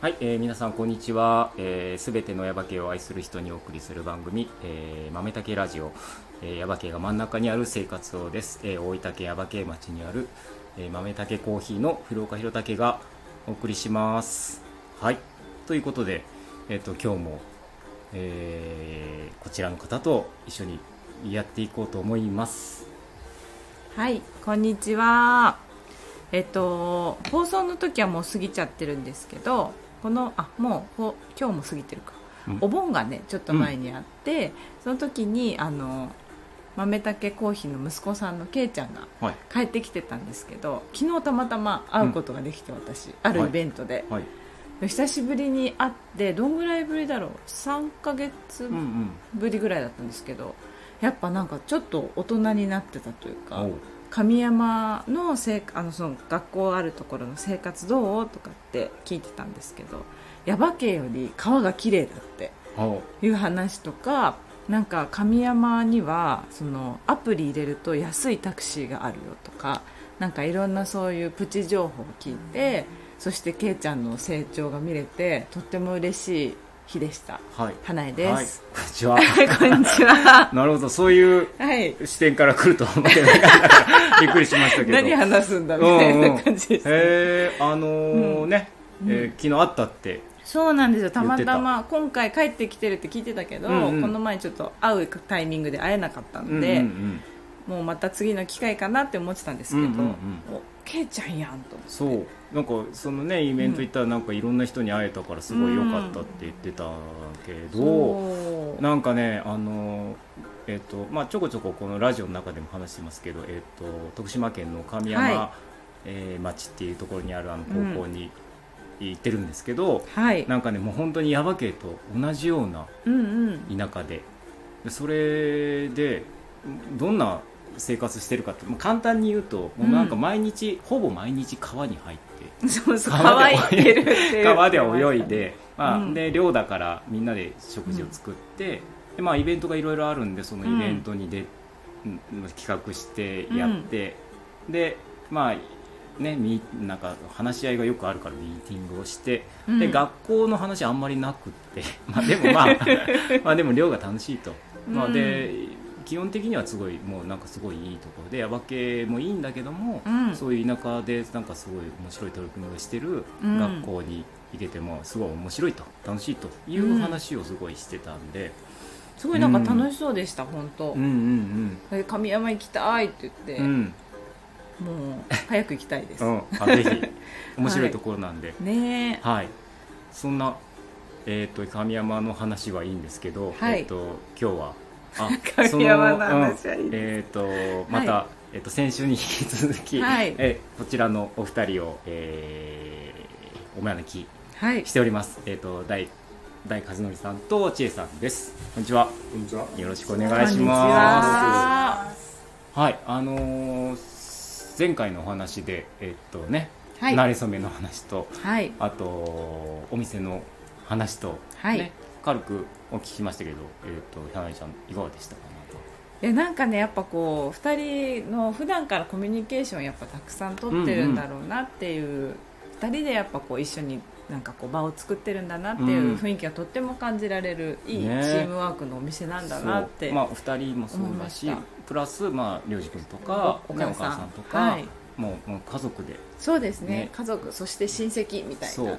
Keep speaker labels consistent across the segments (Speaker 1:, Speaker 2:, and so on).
Speaker 1: はい、えー皆さんこんにちは。す、えー、べ、てのヤバ系を愛する人にお送りする番組、えー、豆たけラジオ、えー、ヤバ系が真ん中にある生活をです。えー、大分県ヤバ系町にある、えー、豆たけコーヒーの古岡弘武がお送りします。はい、ということで、えっ、と今日も、えーこちらの方と一緒にやっていこうと思います。
Speaker 2: はい、こんにちは。えっと、放送の時はもう過ぎちゃってるんですけど、この、あ、もう、ほ今日も過ぎてるか
Speaker 1: うん。
Speaker 2: お盆がね、ちょっと前にあって、その時に、あの、豆竹コーヒーの息子さんのけいちゃんが
Speaker 1: はい、
Speaker 2: 帰ってきてたんですけど昨日たまたま会うことができて私、あるイベントで、
Speaker 1: はい、
Speaker 2: 久しぶりに会ってどんぐらいぶりだろう3ヶ
Speaker 1: う
Speaker 2: 月
Speaker 1: んうん、
Speaker 2: ぶりぐらいだったんですけど、やっぱなんかちょっと大人になってたというか
Speaker 1: おう
Speaker 2: 神山のせいあのその学校あるところの生活どうとかって聞いてたんですけど耶馬渓より川が綺麗だって
Speaker 1: おう、
Speaker 2: いう話とかなんか神山にはそのアプリ入れると安いタクシーがあるよとかなんかいろんなそういうプチ情報を聞いてそしてけいちゃんの成長が見れてとっても嬉しい日でした
Speaker 1: はい、
Speaker 2: 花江です、
Speaker 1: はい、こんにちは。
Speaker 2: こんにちは
Speaker 1: なるほど、そういう
Speaker 2: はい
Speaker 1: 視点から来るとは思ってなかったからびっくりしましたけど
Speaker 2: 何話すんだみたいな感じでした、
Speaker 1: へえあのーね、えー昨日あったって
Speaker 2: そうなんですよた
Speaker 1: 言っ
Speaker 2: ま
Speaker 1: てた
Speaker 2: たま今回帰ってきてるって聞いてたけど、
Speaker 1: うんうん
Speaker 2: この前ちょっと会うタイミングで会えなかった
Speaker 1: う
Speaker 2: ので、
Speaker 1: んうんうん、
Speaker 2: もうまた次の機会かなって思ってたんですけど、
Speaker 1: うんうんうん
Speaker 2: おケイちゃんやんと思って
Speaker 1: そうなんかそのねイベント行ったらなんかいろんな人に会えたからすごい良かったって言ってたけど、
Speaker 2: そう
Speaker 1: なんかねあのーえっとまあ、ちょこちょここのラジオの中でも話してますけど、えっと徳島県の神山、
Speaker 2: はい
Speaker 1: えー町っていうところにあるあの高校に行ってるんですけど、
Speaker 2: はい
Speaker 1: なんかねもう本当に耶馬渓と同じような
Speaker 2: うんうん
Speaker 1: 田舎ででそれでんどんな生活してるかってまあ簡単に言うと、もうなんか毎日ほぼ毎日川に入っ
Speaker 2: そうそう
Speaker 1: 川
Speaker 2: 乾
Speaker 1: で
Speaker 2: いてるってい
Speaker 1: て
Speaker 2: う
Speaker 1: 川で泳いで,、まあ
Speaker 2: うん
Speaker 1: で寮だからみんなで食事を作って、でまあ、イベントがいろいろあるんでそのイベントにで、うん企画してやって、でまあねみなんか話し合いがよくあるからミーティングをして。
Speaker 2: うん
Speaker 1: で学校の話あんまりなくって まあでも まあまあでも寮が楽しいと、まあ、
Speaker 2: うん
Speaker 1: で基本的にはすごいもうなんかすごいいいところでヤバ系もいいんだけども、
Speaker 2: うん
Speaker 1: そういう田舎でなんかすごい面白い取り組みをしてる
Speaker 2: うん
Speaker 1: 学校に行けてもすごい面白いと楽しいという話をすごいしてたんで、
Speaker 2: すごいなんか楽しそうでした、本当、
Speaker 1: うん、うん
Speaker 2: え神山行きたいって言って、
Speaker 1: うんうん
Speaker 2: もう早く行きたいです、
Speaker 1: うんあぜ ひ面白いところなんで、
Speaker 2: ねえ
Speaker 1: はい、そんな、えー、と神山の話はいいんですけど、
Speaker 2: はい
Speaker 1: えー、と今日はあ
Speaker 2: 神山の話はいい
Speaker 1: そのうんえー、とまた、
Speaker 2: は
Speaker 1: えー、と先週に引き続き、
Speaker 2: はい
Speaker 1: えーこちらのお二人を、えーお招
Speaker 2: はい
Speaker 1: きしております、えー、と大大和則さんと千恵さんですこんにちは
Speaker 3: こんにちは。
Speaker 1: よろしくお願
Speaker 2: こん
Speaker 1: い
Speaker 2: に
Speaker 1: し
Speaker 2: ち
Speaker 1: ます
Speaker 2: は
Speaker 1: はいあのー前回のお話でえっ、とね、
Speaker 2: はい
Speaker 1: 馴れ初めの話と
Speaker 2: はい
Speaker 1: あとお店の話と、
Speaker 2: はい
Speaker 1: ね軽くお聞きましたけど、えー、とひゃなちゃんいかがでしたか
Speaker 2: いやなんかねやっぱこう2人の普段からコミュニケーションやっぱたくさん取ってるんだろうなっていう、2人でやっぱこう一緒になんかこう場を作ってるんだなって
Speaker 1: う
Speaker 2: い
Speaker 1: ん
Speaker 2: う雰囲気がとっても感じられる、いいチ
Speaker 1: ね
Speaker 2: ームワークのお店なんだなって、
Speaker 1: そうまあ、お二人もそう
Speaker 2: 思い
Speaker 1: だ
Speaker 2: ま
Speaker 1: し
Speaker 2: した
Speaker 1: プラスまあ涼く君とか
Speaker 2: お
Speaker 1: ね
Speaker 2: 母
Speaker 1: お
Speaker 2: さん
Speaker 1: 母さんとか、
Speaker 2: はい
Speaker 1: もうもう家族で
Speaker 2: そうですね
Speaker 1: ね
Speaker 2: 家族そして親戚みたいな
Speaker 1: そう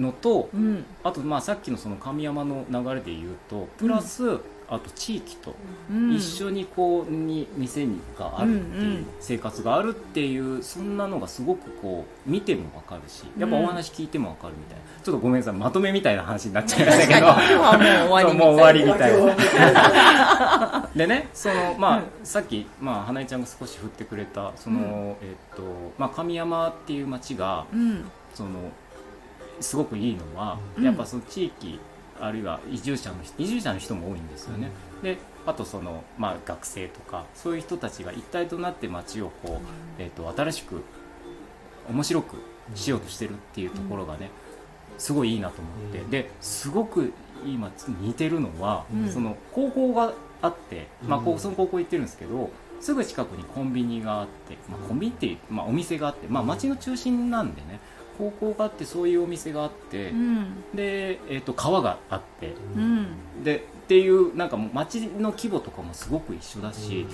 Speaker 1: のと、
Speaker 2: うん
Speaker 1: あとまあさっきのその神山の流れで言うとプラス、あと地域と
Speaker 2: うん、
Speaker 1: 一緒にこうに店があるっていう、
Speaker 2: うんうん
Speaker 1: 生活があるっていうそんなのがすごくこう見てもわかるしやっぱお話聞いてもわかるみたいな、ちょっとごめんなさいまとめみたいな話になっちゃいました
Speaker 2: 確
Speaker 1: け
Speaker 2: かに
Speaker 1: ど
Speaker 2: 今日はもう終わりみたいな
Speaker 1: もう終わりみたいな
Speaker 3: 今日は
Speaker 1: でねそのまあ、
Speaker 2: うん
Speaker 1: さっき、まあ、花江ちゃんが少し振ってくれたその、
Speaker 2: うん
Speaker 1: えっとまあ、神山っていう町が
Speaker 2: うん
Speaker 1: そのすごくいいのは、
Speaker 2: うん
Speaker 1: やっぱその地域あるいは移住者の人移住者の人も多いんですよね、であとその、まあ、学生とかそういう人たちが一体となって町をこう、えっと新しく面白くしようとしてるっていうところがね、すごいいいなと思って、
Speaker 3: うん
Speaker 1: ですごく今似てるのは、
Speaker 2: うん
Speaker 1: その高校があって、まあ、こ
Speaker 3: う
Speaker 1: うんその高校行ってるんですけどすぐ近くにコンビニがあって、まあ、コンビニっていう、まあ、お店があって、まあ、町の中心なんでね高校があってそういうお店があって、
Speaker 2: うん
Speaker 1: で、えー、と川があって
Speaker 2: うん
Speaker 1: でっていうなんかもう街の規模とかもすごく一緒だし、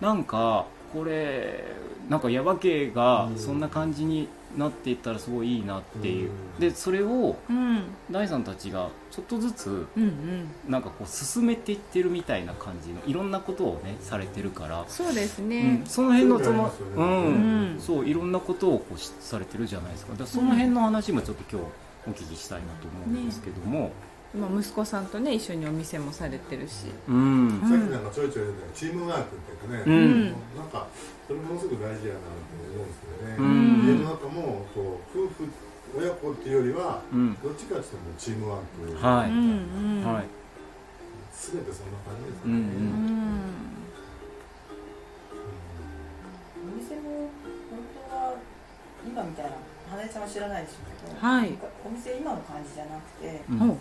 Speaker 1: なんかこれなんかヤバ系が
Speaker 3: うん
Speaker 1: そんな感じになっていったらすごいいいなっていう、
Speaker 3: うん
Speaker 1: でそれを
Speaker 2: うん
Speaker 1: 大さんたちがちょっとずつ
Speaker 2: うんうん
Speaker 1: なんかこう進めていってるみたいな感じのいろんなことをねされてるから、
Speaker 2: そうです
Speaker 1: うん
Speaker 2: ね、
Speaker 1: その辺のその
Speaker 3: そういう
Speaker 1: う
Speaker 3: のありますよね
Speaker 1: ん、
Speaker 2: うん
Speaker 1: そういろんなことをこうしされてるじゃないですかだからその辺の話もちょっと今日お聞きしたいなと思うんですけども、
Speaker 2: 今息子さんとね一緒にお店もされてるし
Speaker 1: うん
Speaker 3: さっきなんかちょいちょい言うけどチームワークっていうか
Speaker 1: う
Speaker 3: ね、
Speaker 1: ん
Speaker 3: なんかそれものすごく大事やなと思うんですけどね、
Speaker 1: うん
Speaker 3: 家の中もこう夫婦親子っていうよりは
Speaker 1: うん
Speaker 3: どっちかっていうともうチームワークみたいな、
Speaker 1: はい
Speaker 2: うんうん
Speaker 1: はい
Speaker 3: 全てそんな感じです
Speaker 1: う
Speaker 2: う
Speaker 3: ね、
Speaker 2: んん
Speaker 4: お店も本当は今みたいな花江さんは知らないでしょうけど、
Speaker 2: はい
Speaker 4: なんかお店今の感じじゃなくて、
Speaker 1: うん
Speaker 2: お
Speaker 4: あのー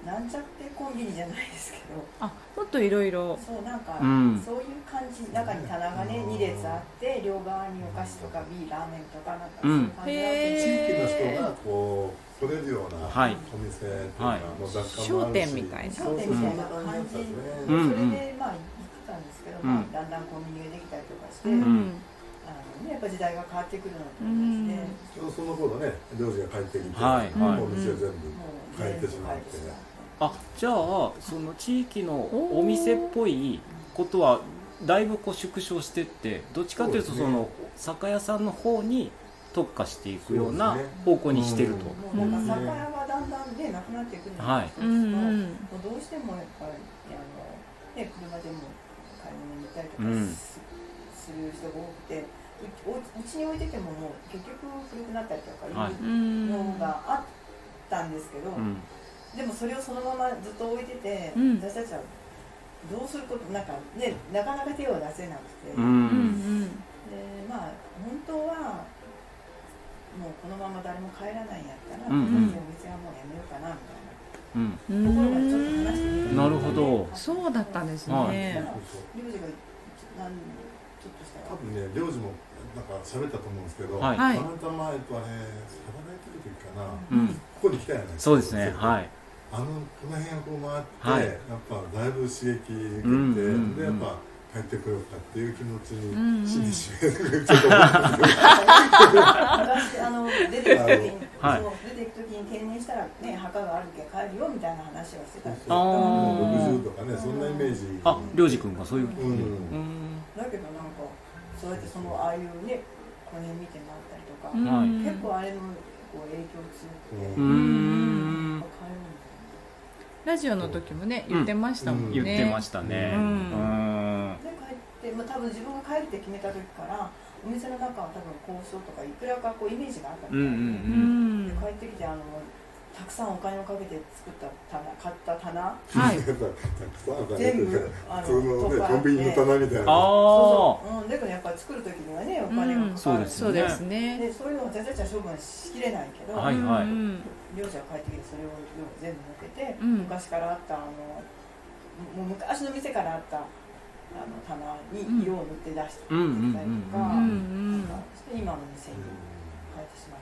Speaker 4: なんちゃってコンビニじゃないですけど
Speaker 2: あもっといろいろ
Speaker 4: そうなんか、
Speaker 1: うん
Speaker 4: そういう感じ中に棚がね
Speaker 3: うん
Speaker 4: 2列あって両側にお菓子とかビールラーメンとかなんかそううんいう感じなん
Speaker 3: 地
Speaker 4: ですよ
Speaker 3: 域の人がこう取れるような
Speaker 1: はい
Speaker 3: お店っていうか、
Speaker 1: はい
Speaker 3: もう雑貨もあるし
Speaker 2: 商店みたいな
Speaker 3: そうそう
Speaker 4: 商店みたいな
Speaker 3: そう
Speaker 4: 感じ
Speaker 3: そうです
Speaker 1: う
Speaker 3: ね
Speaker 1: ん
Speaker 4: それでまあ行ってたんですけど、まあ、だんだんコンビニができたりとかして、
Speaker 2: うん、
Speaker 4: あのね、やっぱ時代が変わってくるのと同じで、
Speaker 2: うん
Speaker 3: ちょうどその頃ね領事が帰ってきて、
Speaker 1: はい
Speaker 2: はい
Speaker 3: お店を全部、
Speaker 4: もう
Speaker 3: 変えてし
Speaker 4: 全部
Speaker 3: まっ
Speaker 4: 変え
Speaker 3: て
Speaker 4: てしまって。
Speaker 1: あじゃあその地域のお店っぽいことはだいぶこう縮小してってどっちかというと
Speaker 3: そう
Speaker 1: そ
Speaker 3: ですね
Speaker 1: の酒屋さんの方に特化していくような
Speaker 3: そうですね
Speaker 1: 方向にしてると
Speaker 3: う
Speaker 4: もうなんか酒屋がだんだんねなくなっていくので、
Speaker 1: はい
Speaker 2: うんう
Speaker 4: もうんどうしてもやっぱりあの、ね、車でも買い物に行ったりとか
Speaker 1: うん
Speaker 4: す,、る人が多くてうおうちに置いててももう結局古くなったりとかい
Speaker 1: はいう
Speaker 2: うん
Speaker 4: のがあったんですけど、
Speaker 1: うん
Speaker 4: でもそれをそのままずっと置いてて、
Speaker 2: うん
Speaker 4: 私たちはどうすることなんかねなかなか手を出せなくて。
Speaker 1: う
Speaker 2: うんん
Speaker 4: でまあ本当はもうこのまま誰も帰らないんやった
Speaker 1: う
Speaker 4: ら、
Speaker 1: ん
Speaker 2: うん
Speaker 4: お店はもうやめようかな
Speaker 1: う
Speaker 4: みたいな
Speaker 1: ん
Speaker 2: う
Speaker 4: ところまでちょっと話してみ
Speaker 2: ん
Speaker 4: た
Speaker 1: なるほど
Speaker 2: そうだったんですね、
Speaker 1: は
Speaker 4: だから
Speaker 1: い
Speaker 4: 領事がなんちょっとした
Speaker 3: 多分
Speaker 4: ら
Speaker 3: ね領事もなんか喋ったと思うんですけど、
Speaker 1: はい
Speaker 2: はい
Speaker 3: たまたまえっとあれ働いてる時かな、
Speaker 1: うん
Speaker 3: ここに来たよね
Speaker 1: そうですねはい
Speaker 3: あのこの辺をこう
Speaker 1: は
Speaker 3: 回っ
Speaker 1: い
Speaker 3: て、やっぱだいぶ刺激受けて、
Speaker 1: うんうん
Speaker 3: でやっぱ帰ってこようかっていう気持ち
Speaker 2: うんう
Speaker 3: に
Speaker 2: ん
Speaker 3: しみしめるちょっ と思ったんですけど
Speaker 4: 昔あの出ていく時に、
Speaker 1: はい
Speaker 4: そう出ていく時に定年したらね墓があるけど帰るよみたいな話はしてたんですけ
Speaker 1: あ
Speaker 4: ど
Speaker 1: ー
Speaker 3: 60とかねそんなイメージ
Speaker 1: あ涼く君がそういう
Speaker 3: う
Speaker 1: うんん
Speaker 4: だけどなんかそうやってそのああいうねこの辺見て回ったりとか、
Speaker 2: うん
Speaker 1: はい
Speaker 4: 結構あれもこう影響強く
Speaker 1: う
Speaker 4: て、
Speaker 3: うんん
Speaker 4: やっぱ帰るみたいな。
Speaker 2: ラジオの時もね言ってましたもんね、
Speaker 1: 言ってましたね
Speaker 2: う
Speaker 1: うんん
Speaker 4: で帰って、まあ、多分自分が帰るって決めた時からお店の中は多分交渉とかいくらかこうイメージがあった
Speaker 1: うんう
Speaker 4: み
Speaker 2: う
Speaker 4: たい
Speaker 2: んん
Speaker 4: で帰ってきてあのたくさんお金をかけて作った棚買った棚
Speaker 2: はい
Speaker 3: やっぱたくさんあったね
Speaker 4: 全部あ
Speaker 3: 普通の
Speaker 4: と
Speaker 3: ね
Speaker 4: か
Speaker 3: コンビニの棚みたいな
Speaker 1: あ
Speaker 4: そうそう、うん、だけどやっぱ作る時にはねお金がかかる、
Speaker 2: うん
Speaker 1: そうですよ
Speaker 2: そう
Speaker 1: ね
Speaker 2: ですね
Speaker 4: でそういうのを私たちは処分しきれないけど、
Speaker 1: はいはい
Speaker 2: うん
Speaker 4: 両者が帰ってきてそれを全部抜けて、
Speaker 2: うん
Speaker 4: 昔からあったあのもう昔の店からあったあの棚に色を塗って出して
Speaker 1: うんうん
Speaker 4: たりと
Speaker 1: うん
Speaker 4: か
Speaker 2: う
Speaker 1: うん
Speaker 2: ん
Speaker 4: して今の店に変えてしまっ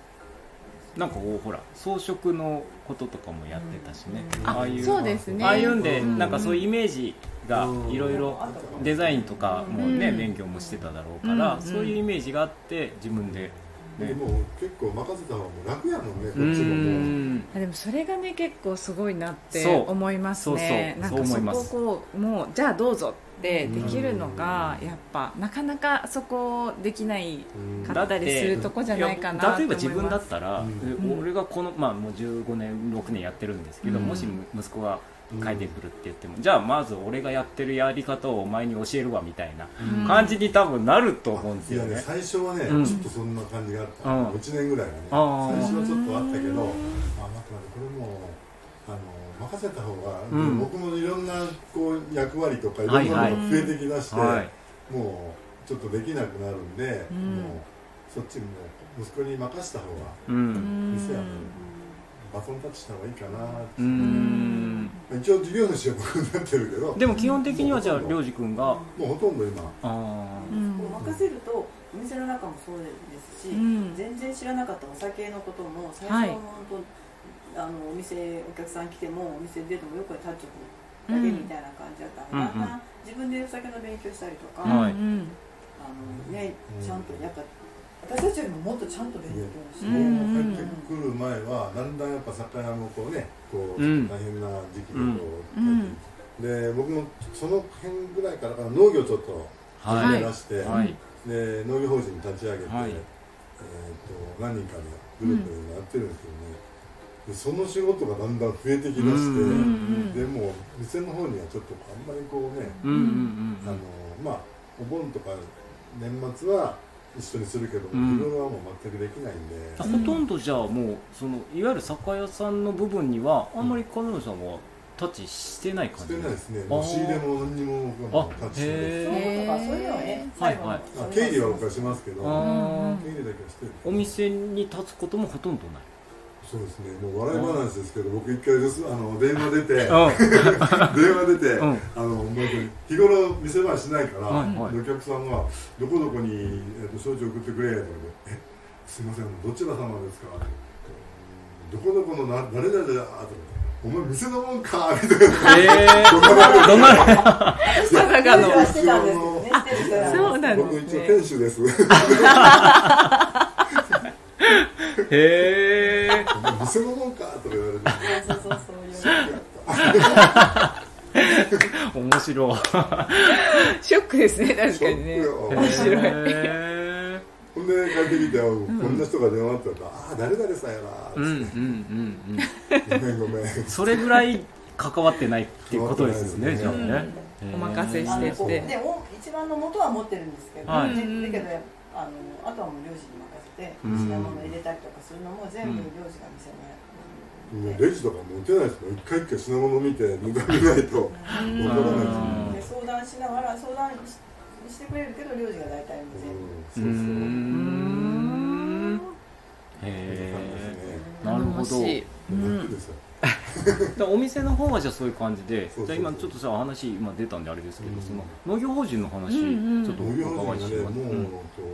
Speaker 4: た
Speaker 1: なんかこうほら装飾のこととかもやってたしね
Speaker 4: うん
Speaker 1: ああ
Speaker 2: あ
Speaker 1: いう
Speaker 2: そうですね
Speaker 1: ああいうんで、
Speaker 3: うん
Speaker 1: なんかそういうイメージが
Speaker 3: うん
Speaker 1: いろいろデザインとかもね、勉強もしてただろうから、
Speaker 2: うん
Speaker 1: そういうイメージがあって自分で
Speaker 3: で
Speaker 1: ね
Speaker 3: も結構任せた方が楽やもんねこっ
Speaker 1: う
Speaker 3: ちももうん
Speaker 2: あでもそれがね結構すごいなって
Speaker 1: そう
Speaker 2: 思いますね
Speaker 1: そうそうそう
Speaker 2: なんかそこをこうもうじゃあどうぞってできるのが
Speaker 3: う
Speaker 2: やっぱなかなかそこできない
Speaker 3: うん
Speaker 2: かったりするとこじゃないかなと
Speaker 1: いや
Speaker 2: 思
Speaker 1: 例
Speaker 2: い
Speaker 1: えば
Speaker 2: ます
Speaker 1: 自分だったら、
Speaker 3: うん
Speaker 1: え俺がこの、まあ、もう15年6年やってるんですけど、
Speaker 2: うん
Speaker 1: もし息子が帰ってくるって言っても、じゃあまず俺がやってるやり方をお前に教えるわみたいな
Speaker 2: うん
Speaker 1: 感じに多分なると思うんです
Speaker 3: い
Speaker 1: よ
Speaker 3: やね
Speaker 1: ね。
Speaker 3: 最初はね、
Speaker 1: うん
Speaker 3: ちょっとそんな感じがあった、
Speaker 1: うん
Speaker 3: 1年ぐらいはね
Speaker 1: あー
Speaker 3: 最初はちょっとあっ
Speaker 2: うん
Speaker 3: たけど、あ待って待ってこれもあの任せた方が、
Speaker 1: うん
Speaker 3: 僕もいろんなこう役割とかいろ
Speaker 1: はい
Speaker 3: ん
Speaker 1: は
Speaker 3: ないものが増えてきだして、
Speaker 1: はい
Speaker 3: もうちょっとできなくなるんで、
Speaker 2: うん
Speaker 3: もうそっちにも息子に任せた方が
Speaker 1: う
Speaker 2: うんん
Speaker 3: 店はもうバトンタッチした方がいいかな、
Speaker 1: うーん
Speaker 3: 一応事業主は僕になってるけど
Speaker 1: でも基本的にはじゃあ涼く君が
Speaker 3: もうほとんど今
Speaker 1: あ
Speaker 2: うん
Speaker 4: 任せるとお店の中もそうですし、
Speaker 2: うん
Speaker 4: 全然知らなかったお酒のことも最
Speaker 2: は
Speaker 4: 初
Speaker 2: い
Speaker 4: はもう本当、あのお店お客さん来てもお店出てもよく立っちゃうだけみたいな感じだったのが、
Speaker 1: うん
Speaker 4: だんだん自分でお酒の勉強したりとか、あ
Speaker 1: はい
Speaker 2: うん
Speaker 4: のねちゃんとやっぱ私たちよりももっとちゃんと勉強して、
Speaker 2: うん
Speaker 3: もう帰ってくる前はだんだんやっぱ酒屋もこうねこう
Speaker 1: うん
Speaker 3: 大変な時期でこう、
Speaker 2: うん
Speaker 3: で僕もその辺ぐらいからあの農業ちょっと
Speaker 1: は
Speaker 3: 始
Speaker 1: い
Speaker 3: めまして、
Speaker 1: はい
Speaker 3: で農業法人立ち上げて、
Speaker 1: はい
Speaker 3: えー、と何人かでグループになってるんですけどね、でその仕事がだんだん増えてきだして、
Speaker 1: うん
Speaker 2: うん
Speaker 3: でもう店の方にはちょっとあんまりこうね、
Speaker 1: うんうん
Speaker 3: あのまあお盆とか年末は一緒にするけど、
Speaker 1: うん
Speaker 3: いろいろはもう全くできないんで、
Speaker 1: ほとんどじゃあもうそのいわゆる酒屋さんの部分にはあんまり金野さんはタッチしてない感
Speaker 3: し
Speaker 1: じ
Speaker 3: てないですね
Speaker 1: ー
Speaker 3: もう仕入れも何にも僕はもう立ち
Speaker 4: そう
Speaker 1: へ
Speaker 3: で
Speaker 4: いうことかそういうのはね最後の
Speaker 1: はい
Speaker 4: そううの
Speaker 3: 経理は僕はしますけど
Speaker 1: あ
Speaker 3: 経
Speaker 1: ー
Speaker 2: うん
Speaker 3: 理だけはしてる
Speaker 1: お店に立つこともほとんどない
Speaker 3: そうですねもう笑い話ですけど僕一回ですあの電話出て電
Speaker 1: あ
Speaker 3: 話出て、
Speaker 1: うん
Speaker 3: あの僕日頃店前しないから、
Speaker 1: はいはい
Speaker 3: でお客さんが「どこどこに、えっと焼酎送ってくれ」とか言って「えすいませんどちら様ですか?」どこどこのな誰々だ」とか「お前店のもんか」みたいな
Speaker 1: えー、どんな
Speaker 2: まさかの
Speaker 4: はしてたんですけどねしてる人は
Speaker 2: そうなん
Speaker 3: 僕
Speaker 2: で
Speaker 3: 一
Speaker 2: す
Speaker 3: 応
Speaker 2: ね
Speaker 3: 店主です
Speaker 1: へえ
Speaker 3: 店のもんかとか言われて
Speaker 4: そうそうそうそういう
Speaker 1: 面白い
Speaker 2: ショックですね確
Speaker 3: シ
Speaker 2: か
Speaker 3: ョ
Speaker 2: にね
Speaker 3: ックよ
Speaker 2: 面白い
Speaker 1: へー
Speaker 3: ほんで帰ってきてあこんな人が電話あったら「ああ誰々さんやな」
Speaker 1: うんうんうんうん
Speaker 3: ごめんごめん
Speaker 1: それぐらい関わってないっていうことですよねじゃあね、
Speaker 2: んお任せ
Speaker 4: あ
Speaker 2: し
Speaker 4: の
Speaker 2: て
Speaker 4: こう
Speaker 2: て
Speaker 4: でお一番の元は持ってるんですけど、
Speaker 1: はい
Speaker 4: だだけどあのあとはもう漁師に任せて
Speaker 1: うん
Speaker 4: 品物入れたりとかするのも全部
Speaker 1: うん
Speaker 4: 漁師が店にや
Speaker 3: もうレジとかも打てないですもん一回一回品物見て抜かれないと
Speaker 4: る
Speaker 3: わからない
Speaker 4: で
Speaker 3: です
Speaker 4: 相談しながら相談ししてくれるけど漁師が大体
Speaker 3: も
Speaker 4: 全部
Speaker 1: うー
Speaker 3: ん
Speaker 1: ん
Speaker 3: そう
Speaker 1: へえ
Speaker 3: そうそうです
Speaker 1: な
Speaker 3: ね
Speaker 1: るほど
Speaker 2: 頼もしいうん
Speaker 3: 楽ですよ
Speaker 1: だからお店の方はじゃあそういう感じで
Speaker 3: そうそうそ
Speaker 1: じ
Speaker 3: う
Speaker 1: ゃあ今ちょっとさ話今出たんであれですけど、
Speaker 3: うん
Speaker 1: その農業法人の話、
Speaker 2: うんうん
Speaker 1: ちょっとお
Speaker 3: 農業法
Speaker 1: 伺いします、
Speaker 3: 人がねもう、
Speaker 1: うん
Speaker 3: とかれこ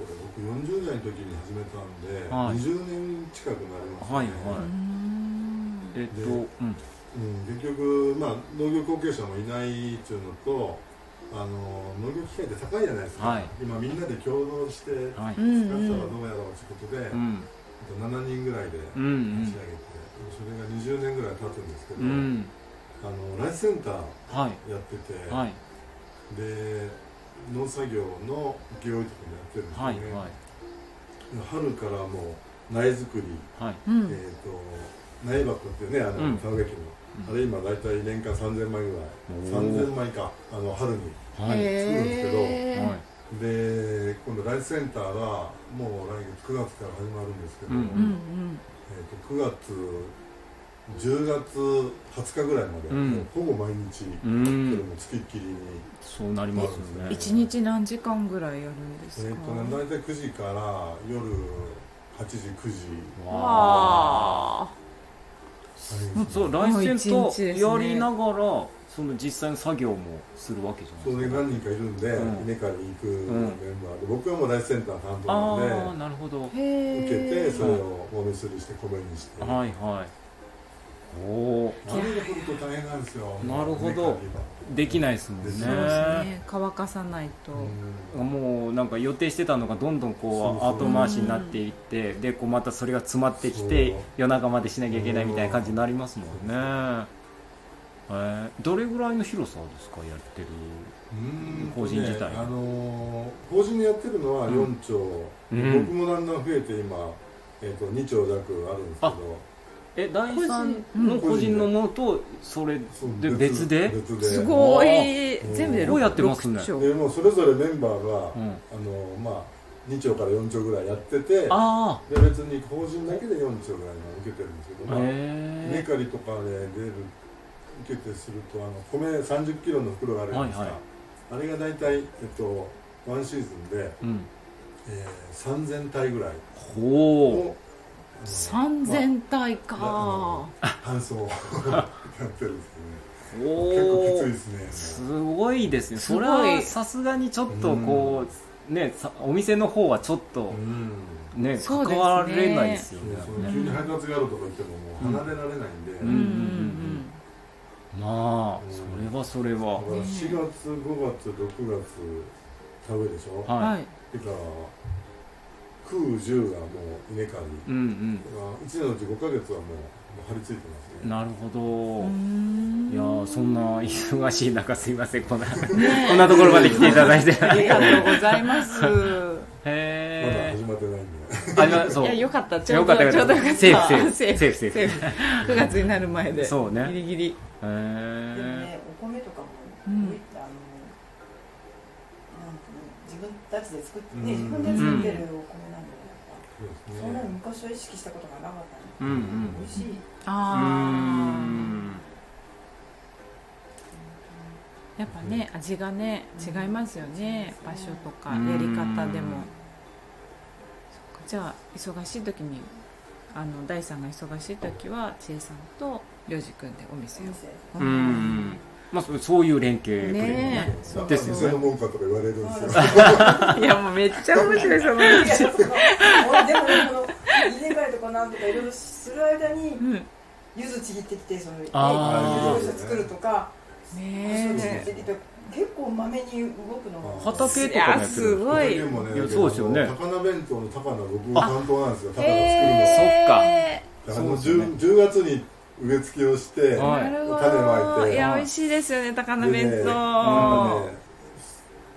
Speaker 3: れ僕40代の時に始めたんで、
Speaker 1: はい
Speaker 3: 20年近くなりますね、
Speaker 1: はいは
Speaker 2: うん
Speaker 1: えっと、う
Speaker 3: で
Speaker 1: ん、
Speaker 3: うん、結局、まあ、農業後継者もいないっていうのとあの農業機械って高いじゃないですか、
Speaker 1: はい
Speaker 3: 今みんなで共同して使ったら
Speaker 1: はい、
Speaker 2: うん
Speaker 3: ど
Speaker 2: うん
Speaker 3: うやろうってことで、
Speaker 1: う
Speaker 3: あ
Speaker 1: ん、
Speaker 3: と7人ぐらいで
Speaker 1: う
Speaker 3: 立
Speaker 1: ん、う
Speaker 3: ち
Speaker 1: ん
Speaker 3: 上げて、それが20年ぐらい経つんですけど、
Speaker 1: うん、
Speaker 3: あのライスセンター
Speaker 1: は
Speaker 3: やって
Speaker 1: い、
Speaker 3: て、
Speaker 1: はい、
Speaker 3: で農作業の請負とかもやってるんですよ
Speaker 1: はい、
Speaker 3: ね、
Speaker 1: はい、
Speaker 3: 春からもう苗作り、
Speaker 1: はい、
Speaker 2: うん
Speaker 3: えー、と苗箱っていうねあ
Speaker 1: う
Speaker 3: の
Speaker 1: ん
Speaker 3: 沢崎の、
Speaker 1: うん
Speaker 3: あれ今大体年間3000枚ぐらい
Speaker 1: おー
Speaker 3: 3000枚かあの春に
Speaker 1: はい、はい、
Speaker 3: 作るんですけど
Speaker 2: へー
Speaker 3: で今度ライスセンターはもう来月9月から始まるんですけど、
Speaker 1: うん
Speaker 2: うんうん
Speaker 3: えー、と9月10月20日ぐらいまで、
Speaker 1: うん
Speaker 3: もうほぼ毎日、
Speaker 1: う
Speaker 3: それ
Speaker 1: ん、
Speaker 3: も付きっきりに、
Speaker 1: そうなりますよね。
Speaker 2: 一日何時間ぐらいやるんで
Speaker 3: え
Speaker 2: す
Speaker 3: ー
Speaker 2: か
Speaker 3: とね、大体9時から夜8時9時
Speaker 1: わあ。
Speaker 2: わあ
Speaker 3: あれ
Speaker 1: そう、ライセン
Speaker 2: も
Speaker 1: と
Speaker 2: う一日ですね
Speaker 1: やりながら、その実際の作業もするわけじゃ
Speaker 3: そ
Speaker 1: ない
Speaker 3: れ
Speaker 1: ですか。
Speaker 3: 何人かいるんで、
Speaker 1: うん
Speaker 3: 稲刈りに行くメ
Speaker 1: ん
Speaker 3: ンバーで、僕はもうライスセンター担当
Speaker 1: あ
Speaker 3: な
Speaker 1: あ、
Speaker 3: ん
Speaker 1: なるほど。は
Speaker 2: へえ
Speaker 3: で、受けて、それをお水にして、米にして、
Speaker 1: い
Speaker 3: 雨が
Speaker 1: はい。おお、
Speaker 3: 降ると大変なんですよ、
Speaker 1: なるほど
Speaker 3: 稲刈りは
Speaker 1: できないですもん
Speaker 3: です
Speaker 2: そうです
Speaker 1: ね。
Speaker 2: ね乾かさないと
Speaker 3: うん
Speaker 1: もうなんか予定してたのがどんどんこう
Speaker 3: そうそう
Speaker 1: 後回しになっていってでこうまたそれが詰まってきて
Speaker 3: そう
Speaker 1: 夜中までしなきゃいけないみたいな感じになりますもんね
Speaker 3: う、
Speaker 1: えーどれぐらいの広さですかやってる
Speaker 3: うん
Speaker 1: 法人自体
Speaker 3: ねあのー法人でやってるのは4丁、
Speaker 1: うん
Speaker 3: 僕もだんだん増えて、今、えー、と2丁弱あるんですけ
Speaker 1: あ
Speaker 3: ど。
Speaker 1: え第3
Speaker 2: うん
Speaker 1: の個人のものとそれ
Speaker 3: そう
Speaker 1: で別で
Speaker 3: 別です
Speaker 2: ご
Speaker 1: わ
Speaker 2: い
Speaker 3: あ
Speaker 2: 全部で
Speaker 3: こう
Speaker 1: やってますね
Speaker 2: 6丁
Speaker 3: でもうそれぞれメンバーが、
Speaker 1: うん
Speaker 3: あのまあ2丁から4丁ぐらいやっててで
Speaker 1: あ
Speaker 3: 別に法人だけで4丁ぐらいの受けてるんですけ
Speaker 1: あ
Speaker 3: ど、まあ、稲
Speaker 1: へ
Speaker 3: 刈りとかで出る受けてするとあの米3 0キロの袋があるじゃないですか、
Speaker 1: はいはい
Speaker 3: あれが大体、えっと、ワンシーズンで、
Speaker 1: えうん
Speaker 3: えー、3000体ぐらい
Speaker 1: ほ
Speaker 3: をあの
Speaker 2: 3000体
Speaker 3: まあ
Speaker 2: か
Speaker 3: あの搬送やってるんです
Speaker 1: う
Speaker 3: けどね結構
Speaker 1: ほ
Speaker 3: きついうですね
Speaker 1: すごいですね
Speaker 2: すご
Speaker 1: そ
Speaker 2: い
Speaker 1: れはさすがにちょっとこうねさお店の方はちょっと
Speaker 3: うん
Speaker 1: ね、
Speaker 2: そ
Speaker 1: 関
Speaker 2: うですね
Speaker 1: われないですよ
Speaker 3: そうそう
Speaker 1: ね
Speaker 3: 急に配達があるとか言ってももう離れられないんで、
Speaker 1: うん
Speaker 2: うんうん
Speaker 1: まあ
Speaker 3: うん
Speaker 1: それはそれは
Speaker 3: だから4月5月6月田植えでしょ
Speaker 2: うん
Speaker 1: は
Speaker 2: はいい
Speaker 3: てか空10がもう稲刈り
Speaker 1: うん
Speaker 3: 1年のうち5ヶ月はもうもう張り付いてます
Speaker 1: うん
Speaker 3: ね
Speaker 1: なるほど
Speaker 2: うーん
Speaker 1: いやーそんな忙しい中すいませんこんなこんなところまで来ていた だいて
Speaker 2: あ
Speaker 1: へ
Speaker 2: りがとうございます。
Speaker 3: まだ
Speaker 1: え
Speaker 3: 始まってないんで
Speaker 1: ありがと
Speaker 2: いうや、よかった。ちょ
Speaker 1: よ
Speaker 2: う
Speaker 1: か
Speaker 2: ど、
Speaker 1: ったよ
Speaker 2: ちょ
Speaker 1: か
Speaker 2: う
Speaker 1: っ
Speaker 2: ど
Speaker 1: た
Speaker 2: よかった。
Speaker 1: セーフセーフ
Speaker 2: セーフ
Speaker 1: セーフセーフ
Speaker 2: セーフ。9月になる前で。
Speaker 1: そうね
Speaker 2: ギリギリ。
Speaker 1: へ
Speaker 4: で
Speaker 1: え
Speaker 4: もねお米とかも、
Speaker 2: うん
Speaker 4: こういったあのなんていうの自分たちで作ってね
Speaker 3: うん
Speaker 4: 自分で作ってるお米なんでやっぱ
Speaker 3: そうです
Speaker 4: そんなに
Speaker 3: ね
Speaker 4: 昔は意識したことがなかったの
Speaker 1: うんうん
Speaker 4: 美味しい、
Speaker 1: うー
Speaker 2: ああ。
Speaker 1: ん
Speaker 2: やっぱね、味がね、違いますよね。場所とか、
Speaker 1: う
Speaker 2: や
Speaker 1: ん
Speaker 2: り方でも。そっかじゃあ、忙しい時に。あの、大さんが忙しい時は、千恵さんと、りょうじくんでお店を
Speaker 4: 先。生
Speaker 1: うんうんまあそそういう連携プレー
Speaker 2: ねえ
Speaker 3: だか
Speaker 1: で
Speaker 3: ら
Speaker 1: すよ
Speaker 3: 店の
Speaker 1: ね
Speaker 3: 文化とか言われるんですよ
Speaker 2: いや、もうめっちゃ面白い、その
Speaker 4: い
Speaker 2: 話。
Speaker 4: やその俺でもねこの入れ替えとかなんとかいろいろする間に
Speaker 2: うん。
Speaker 4: 柚子ちぎってきてその
Speaker 1: あ
Speaker 3: ー
Speaker 4: 柚子作るとか柚子ちぎっ
Speaker 2: ね
Speaker 4: てきて結構まめに動くのが
Speaker 1: 畑
Speaker 2: え。い
Speaker 1: とかもや
Speaker 2: や、
Speaker 1: って
Speaker 2: す
Speaker 1: る
Speaker 2: ごい
Speaker 3: 他。にもね
Speaker 1: いやそうですよね
Speaker 3: 高菜弁当の高菜僕も担当なんですよ高菜
Speaker 1: へ
Speaker 3: を
Speaker 2: え
Speaker 3: 作るのあの
Speaker 1: そうです
Speaker 3: 10, 10月に植え付けをして
Speaker 1: は
Speaker 3: なんか
Speaker 1: い
Speaker 2: なる
Speaker 3: ね種
Speaker 2: ほ
Speaker 3: ま
Speaker 2: ど
Speaker 3: い
Speaker 2: い
Speaker 3: て
Speaker 2: や美味しいですよね高菜弁
Speaker 3: でね
Speaker 2: 当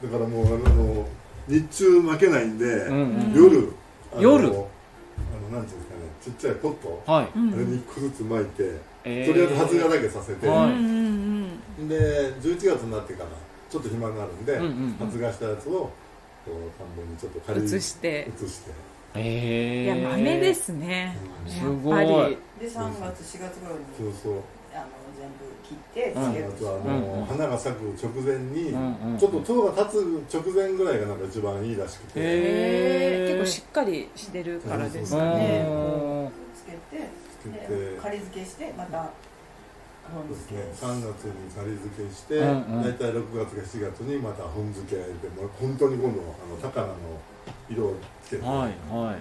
Speaker 3: だからもうあの日中負けないんで、
Speaker 1: うん
Speaker 3: 夜あの
Speaker 1: 夜
Speaker 3: あのなんていうんですかねちっちゃいポット、
Speaker 1: はい
Speaker 2: うん
Speaker 3: あれに1個ずつ巻いて、
Speaker 1: え
Speaker 3: とりあえず発芽だけさせて、
Speaker 1: は
Speaker 2: う
Speaker 1: い
Speaker 2: んうん
Speaker 3: で11月になってからちょっと暇になるんで、
Speaker 1: うんうんうん
Speaker 3: 発芽したやつをこう田んぼにちょっと
Speaker 2: う
Speaker 3: 借
Speaker 2: ん
Speaker 3: り
Speaker 2: 移して
Speaker 3: 移して
Speaker 1: え
Speaker 2: い
Speaker 1: え
Speaker 2: や豆ですね
Speaker 3: うん
Speaker 1: すごい
Speaker 2: やっぱり
Speaker 4: で3月4月頃に
Speaker 3: そうそう
Speaker 4: あの全部切って
Speaker 1: うん
Speaker 4: つけ
Speaker 3: あ
Speaker 4: る
Speaker 3: とはあ
Speaker 1: う
Speaker 3: の、
Speaker 1: んうん
Speaker 3: 花が咲く直前に、
Speaker 1: うんうん
Speaker 3: ちょっと塔が立つ直前ぐらいがなんか一番いいらしくて、
Speaker 1: へへー
Speaker 2: 結構しっかりしてるからです
Speaker 1: う
Speaker 2: かね
Speaker 1: ん
Speaker 4: つけて
Speaker 3: 作って
Speaker 4: で仮付けしてまた本
Speaker 3: そうです
Speaker 4: 付
Speaker 3: ね
Speaker 4: け、
Speaker 3: 3月に仮付けして、
Speaker 1: うんうん
Speaker 3: 大体6月か7月にまた本付けでもう本当に今度はあの高菜の色をつけて、
Speaker 1: はいは